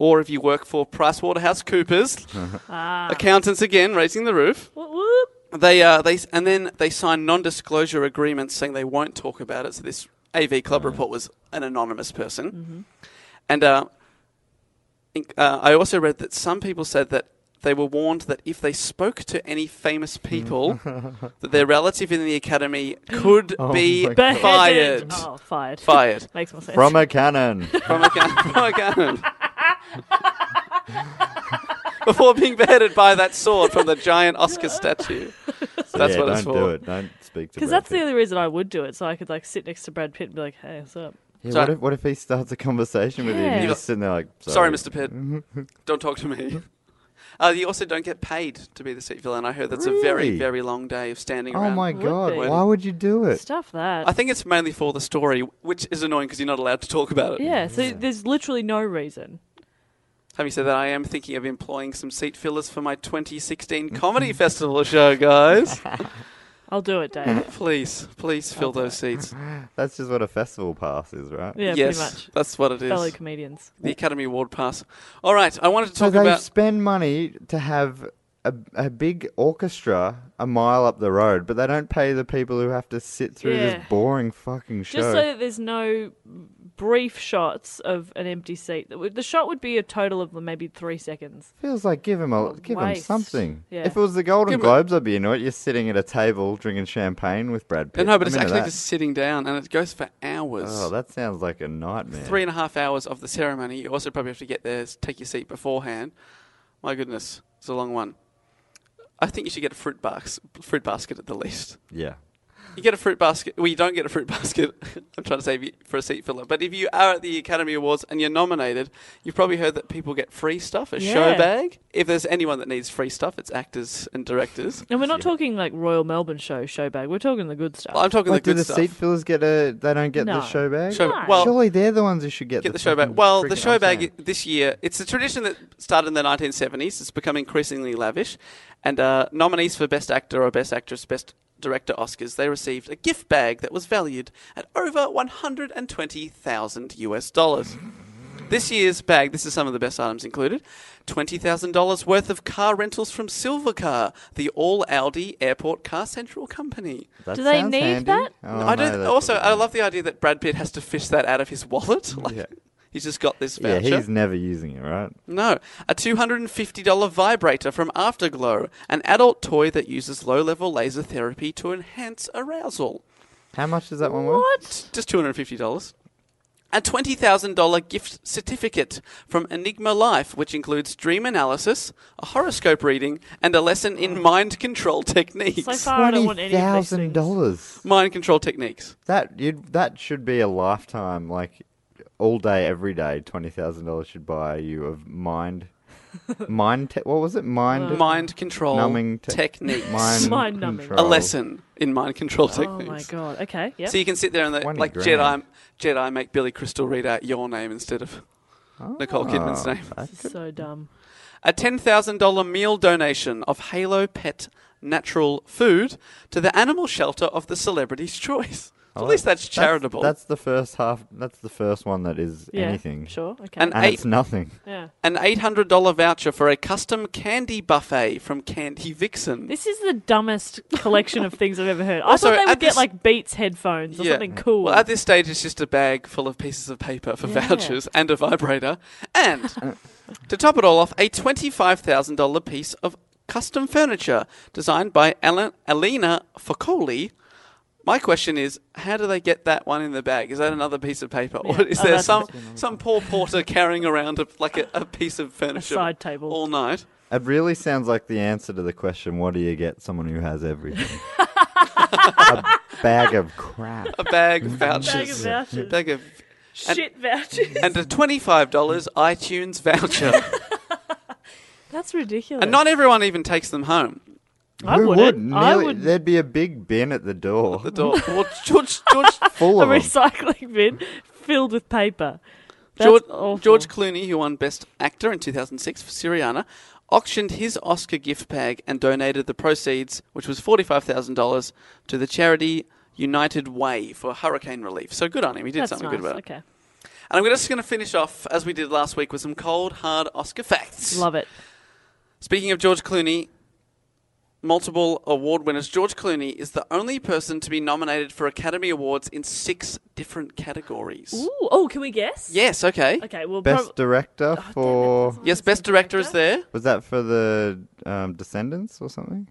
or if you work for PricewaterhouseCoopers, accountants again, raising the roof. Whoop, whoop. They uh, they and then they sign non-disclosure agreements saying they won't talk about it. So Mm-hmm. this AV Club report was an anonymous person, and uh, think- uh, I also read that some people said that they were warned that if they spoke to any famous Mm. people, that their relative in the academy could Oh be my God. fired. Oh, fired. Fired. Makes more sense. From a cannon. From a cannon. From a cannon. Before being beheaded by that sword from the giant Oscar statue. That's yeah, what don't it's for. do it. Don't speak to. because Brad that's the Pitt. only reason I would do it, so I could like sit next to Brad Pitt and be like, "Hey, what's up?" Yeah, So- what, if, what if he starts a conversation with you and Yeah. you're just sitting there like, Sorry, Mr. Pitt. don't talk to me. Uh, you also don't get paid to be the seat villain. I heard that's a very, Really? very long day of standing Oh around. my Would god, be. why would you do it? Stuff that. I think it's mainly for the story, which is annoying because you're not allowed to talk about it. yeah. So there's literally no reason. Having said that, I am thinking of employing some seat fillers for my 2016 comedy festival show, guys. I'll do it, Dave. Mm-hmm. Please, please fill those seats. That's just what a festival pass is, right? Yeah, yes, pretty much. that's what it is. Fellow comedians. the Academy Award pass. All right, I wanted to So talk they about. spend money to have a, a big orchestra a mile up the road, but they don't pay the people who have to sit through Yeah. this boring fucking show. Just so that there's no brief shots of an empty seat. The the shot would be a total of maybe three seconds. Feels like give him a A give him waste. something. Yeah. If it was the Golden Give 'em a- Globes, I'd be into it. You're sitting at a table drinking champagne with Brad Pitt. no, I'm but it's into actually that. just sitting down, and it goes for hours. Oh, that sounds like a nightmare. Three and a half hours of the ceremony. You also probably have to get there, s- take your seat beforehand. My goodness, it's a long one. I think you should get a fruit box, fruit basket at the least. Yeah. You get a fruit basket. Well, you don't get a fruit basket. I'm trying to save you for a seat filler. But if you are at the Academy Awards and you're nominated, you've probably heard that people get free stuff, a show Yeah. bag. If there's anyone that needs free stuff, it's actors and directors. And we're not talking like Royal Melbourne Show show bag. We're talking the good stuff. I'm talking Like, the do good the stuff. seat fillers get a? They don't get No. the show bag. Show- No. well, Surely they're the ones who should get, get the show bag. fucking Well, the freaking- show I'm bag saying. i- this year, it's a tradition that started in the 1970s. It's become increasingly lavish. And uh, nominees for Best Actor or Best Actress, Best Director Oscars, they received a gift bag that was valued at over 120,000 US dollars. This year's bag, this is some of the best items included $20,000 worth of car rentals from Silvercar, the all Audi Airport Car Central Company. That Do they sounds need handy. that? Oh, I no, don't. that's also, probably I not. love the idea that Brad Pitt has to fish that out of his wallet. Like, Yeah. He's just got this Yeah, voucher. he's never using it, right? No, a $250 vibrator from Afterglow, an adult toy that uses low level laser therapy to enhance arousal. How much is that one worth? what? Just $250. A $20,000 gift certificate from Enigma Life, which includes dream analysis, a horoscope reading, and a lesson in mind control techniques. So far, I don't want any of these things. dollars. mind control techniques. That you that should be a lifetime, like all day, every day. Twenty thousand dollars should buy you of mind, mind. Te- what was it? Mind, Mind control numbing te- techniques. mind, Mind numbing. control. a lesson in mind control Oh techniques. my god. Okay. Yeah. So you can sit there and like, 20 like Jedi, grand. Jedi make Billy Crystal read out your name instead of Oh. Nicole Kidman's Uh, name. so dumb. A ten thousand dollar meal donation of Halo Pet Natural Food to the animal shelter of the celebrity's choice. So at least that's Oh, That's- charitable. That's, the first half. That's the first one that is Yeah. anything. Sure. Okay. And- And Eight- it's nothing. yeah. An eight hundred dollar voucher for a custom candy buffet from Candy Vixen. This is the dumbest collection of things I've ever heard. Also, I thought at they would this- get like Beats headphones or something cool. Well, at this stage, it's just a bag full of pieces of paper for Yeah. vouchers and a vibrator. And to top it all off, a $25,000 piece of custom furniture designed by Alan, Alina Focoli. My question is, how do they get that one in the bag? Is that another piece of paper, or is Oh, there that's- some some poor porter carrying around a, like a, a piece of furniture side table. all night? It really sounds like the answer to the question: What do you get someone who has everything? a bag of crap. A bag of vouchers, Bag of vouchers. bag of Shit vouchers. and a twenty five dollars iTunes voucher. That's ridiculous. And not everyone even takes them home. I Who wouldn't. I Nearly- would. There'd be a big bin at the door, The door. Well, George, George, full A of 'em. recycling bin filled with paper. That's awful. George, George Clooney, who won Best Actor in 2006 for Syriana, auctioned his Oscar gift bag and donated the proceeds, which was $45,000, to the charity United Way for hurricane relief. So good on him. He did That's something nice. good about it. Okay. And I'm just going to finish off, as we did last week, with some cold, hard Oscar facts. Love it. Speaking of George Clooney, multiple award winners, George Clooney is the only person to be nominated for Academy Awards in six different categories. Ooh, oh, can we guess? Yes, okay. Okay, well, Best prob- director for Yes, Best Director is there. was that for the um, Descendants or something?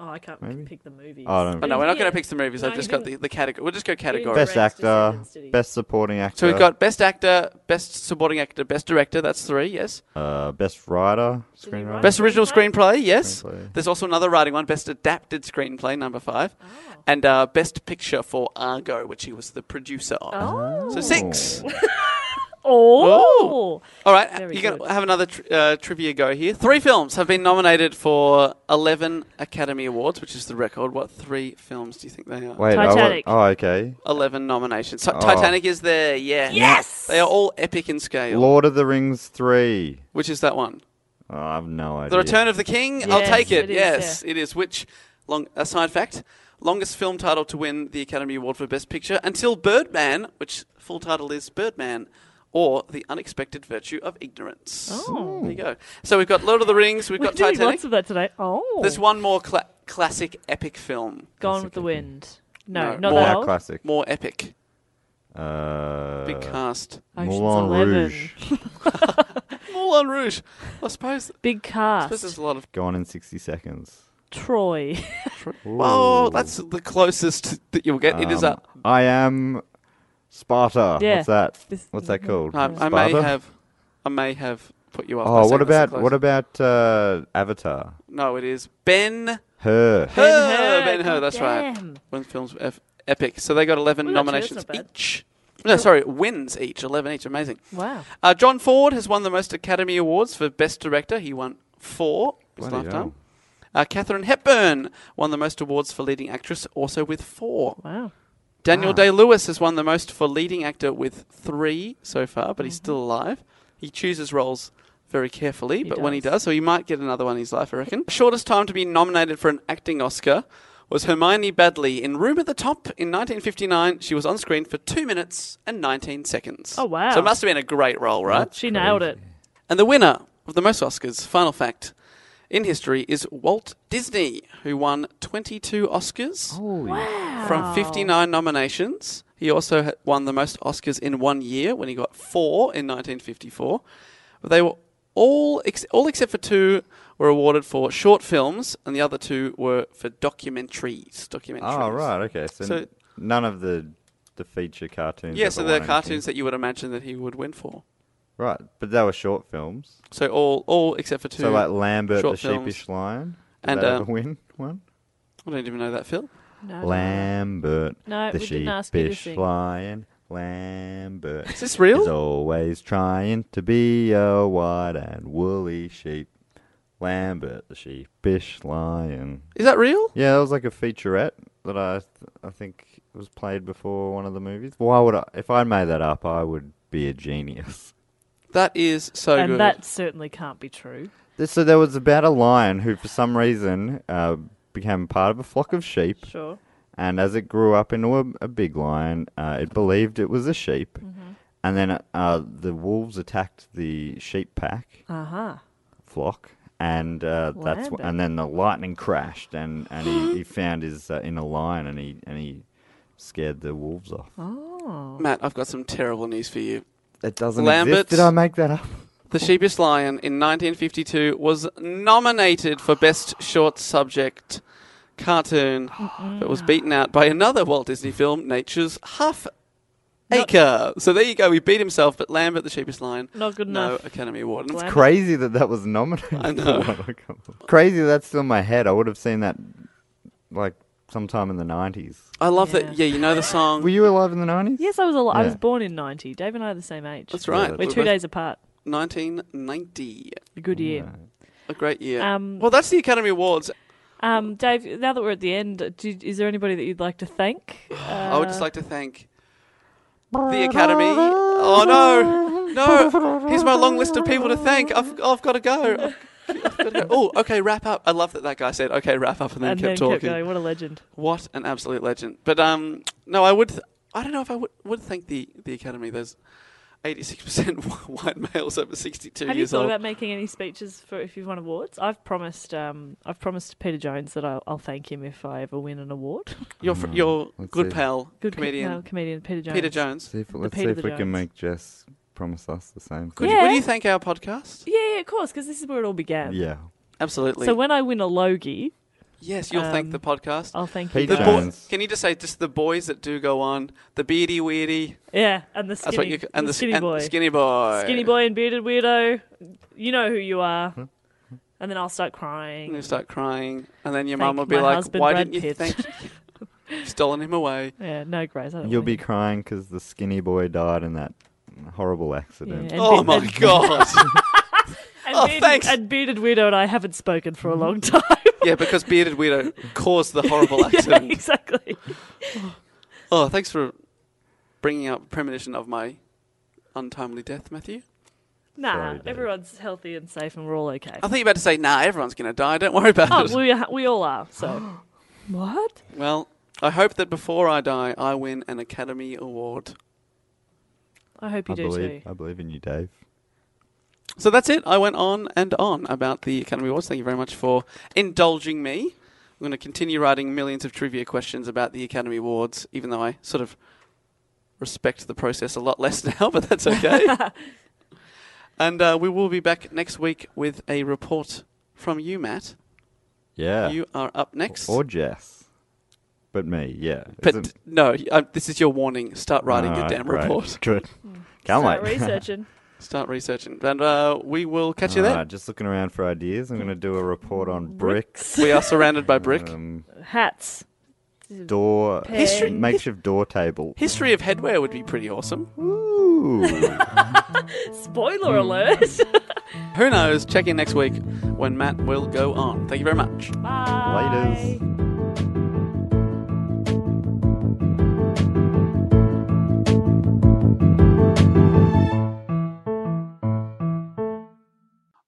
Oh, I can't pick the movies. Oh, I don't Oh, no, know. we're not Yeah. going to pick some movies. No, I've you just got the, didn't. the category. We'll just go category. Best Direct actor, Descendants, did he? best supporting actor. So we've got Best Actor, Best Supporting Actor, Best Director. That's three, yes. uh, best writer, Did he screenwriter. write Best Original Screenplay, yes. Screenplay. There's also another writing one, Best Adapted Screenplay, number five. Oh. And uh, Best Picture for Argo, which he was the producer of. Oh. So six. Oh. All right, Very you're going good. to have another tr- uh, trivia go here. Three films have been nominated for 11 Academy Awards, which is the record. What three films do you think they are? Wait, I wa- Titanic. oh, okay. 11 nominations. So Oh. Titanic is there, yeah. Yes! They are all epic in scale. Lord of the Rings three. Which is that one? Oh, I have no idea. The Return of the King? I'll Yes, take it. it is, yes, it is. Which, long, a side fact, longest film title to win the Academy Award for Best Picture until Birdman, which full title is Birdman, or The Unexpected Virtue of Ignorance. Oh. There you go. So we've got Lord of the Rings, we've We're got doing Titanic. lots of that today. Oh. There's one more cla- classic epic film. Gone with the Wind. No, No, not more that How old. classic. More epic. Uh, Big cast. Ocean's Moulin 11. Rouge. Moulin Rouge. I suppose, Big I suppose there's cast. a lot of. Gone in sixty seconds. Troy. Whoa, that's the closest that you'll get. it is a. Um, I am Sparta. Yeah. What's that? This- What's that called? I, I may Sparta? have, I may have put you off. by Oh, what saying that's about the what closest. about uh, Avatar? No, it is Ben Her. Hur. Ben Hur. God That's damn. right. When films were ep- epic, so they got eleven Well, actually, that's nominations not bad. each. No, sorry, wins each. Eleven each. Amazing. Wow. Uh, John Ford has won the most Academy Awards for Best Director. He won four his Bloody lifetime. hell. Uh, Catherine Hepburn won the most awards for leading actress, also with four. Wow. Ah. Daniel Day Lewis has won the most for leading actor with three so far, but he's Mm-hmm. still alive. He chooses roles very carefully, but when he does. does, so he might get another one in his life, I reckon. Shortest time to be nominated for an acting Oscar was Hermione Badley in Room at the Top in 1959. She was on screen for two minutes and 19 seconds. Oh, wow. So it must have been a great role, right? She nailed it. And the winner of the most Oscars, final fact, in history is Walt Disney, who won 22 Oscars Oh, from 59 nominations. He also ha- won the most Oscars in one year when he got four in 1954. But they were all, ex- all except for two, were awarded for short films, and the other two were for documentaries. Documentaries. Oh right, okay. So, So- n- none of the the feature cartoons. Yeah, ever so won the anything. cartoons that you would imagine that he would win for. Right, but they were short films. So all, all except for two. So like Lambert short the films. Sheepish Lion. Did And, that uh, ever win one? I don't even know that film. No, Lambert No, the Uh, we didn't ask you to Sheepish sing. Lion. Lambert Is this is real? always trying to be a white and woolly sheep. Lambert the Sheepish Lion. Is that real? Yeah, that was like a featurette that I I think was played before one of the movies. Why would I? If I made that up, I would be a genius. That is so and good. that certainly can't be true. This- So there was about a lion who, for some reason, uh, became part of a flock of sheep, Sure. and as it grew up into a, a big lion, uh, it believed it was a sheep, and then uh, the wolves attacked the sheep pack Uh huh. flock. And uh, that's wh- Lambert. and then the lightning crashed, and, and he, he found his uh, inner lion, and he and he scared the wolves off. Oh. Matt, I've got some terrible news for you. It doesn't Lambert- exist. Did I make that up? The Sheepish Lion in 1952 was nominated for Best Short Subject Cartoon, Oh, but was beaten out by another Walt Disney film, Nature's Half Acre. So there you go. He beat himself, but Lambert the Sheepish Lion, Not good no enough. Academy Award. And Glam- Crazy that that was nominated. I know. for one. Crazy that that's still in my head. I would have seen that like sometime in the nineties. I love Yeah. that. Yeah, you know the song. Were you alive in the nineties? Yes, I was. Al- I was Yeah. born in ninety. Dave and I are the same age. That's right. We're We're two both- days apart. 1990. A good year. A great year. Um, well, that's the Academy Awards. Um, Dave, now that we're at the end, do, is there anybody that you'd like to thank? I would just like to thank the Academy. Oh no, no! Here's my long list of people to thank. I've oh, I've got to go. I've- I've gotta go. Oh, okay, wrap up. I love that that guy said, okay, wrap up, and then and kept then talking. kept going. What a legend. What an absolute legend. But um, no, I would. Th- I don't know if I would would thank the the Academy. There's 86% white males over 62 Have you years thought old. about making any speeches for if you've won awards? I've promised. Um, I've promised Peter Jones that I'll, I'll thank him if I ever win an award. your fr- your Mm, Let's good see. pal, Good co- comedian, no, comedian Peter Jones. Peter Jones. See if, let's see Peter if the we can Giants. make Jess promise us the same Could thing. you, Yeah. would you thank our podcast? Yeah, yeah, of course, because this is where it all began. Yeah. Absolutely. So when I win a Logie, yes, you'll thank um, the podcast. I'll thank Peter you. The guys. boy- Jones. can you just say just the boys that do go on the beardy weirdy? Yeah, and the skinny, That's what you c- and the s- skinny and boy, skinny boy, skinny boy and bearded weirdo. You know who you are. Hmm. And then I'll start crying. And you start crying, and then your Thank mum will be my like, husband, "Why Brad didn't you Pitt." thank? Stolen him away. Yeah, no, Grace. I don't You'll want be it. crying because the skinny boy died in that horrible accident. Yeah. And Oh bit- my god! And, Oh, bearded, thanks. and bearded weirdo and I haven't spoken for a long time. yeah, because bearded weirdo caused the horrible yeah, accident. exactly. Oh, thanks for bringing up premonition of my untimely death, Matthew. Nah, Sorry, Dave. everyone's healthy and safe, and we're all okay. I thought you were about to say, "Nah, everyone's going to die. Don't worry about Oh, it." we are, we all are. So what? Well, I hope that before I die, I win an Academy Award. I hope you I do believe. too. I believe in you, Dave. So that's it. I went on and on about the Academy Awards. Thank you very much for indulging me. I'm going to continue writing millions of trivia questions about the Academy Awards, even though I sort of respect the process a lot less now, but that's okay. and uh, we will be back next week with a report from you, Matt. Yeah. You are up next. or Jess, but me. Yeah. but Isn't- no, uh, this is your warning. Start writing your Alright, damn right. report. Good. Can't Start wait. researching. Start researching. And uh, we will catch you there. Alright, just looking around for ideas. I'm going to do a report on bricks. We are surrounded by brick. Um, Hats. door. History- Makeshift door table. History of headwear would be pretty awesome. Ooh. Spoiler alert. Who knows? Check in next week when Matt will go on. Thank you very much. Bye. Laters.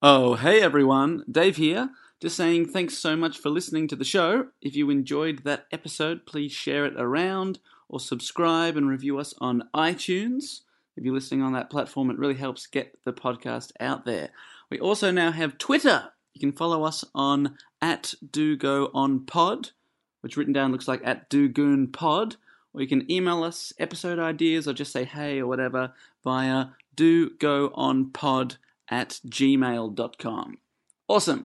Oh, hey everyone, Dave here. Just saying thanks so much for listening to the show. If you enjoyed that episode, please share it around or subscribe and review us on iTunes. If you're listening on that platform, it really helps get the podcast out there. We also now have Twitter. You can follow us on at do go on pod, which written down looks like at do goon pod, or you can email us episode ideas or just say hey or whatever via do go on pod at gmail.com. Awesome.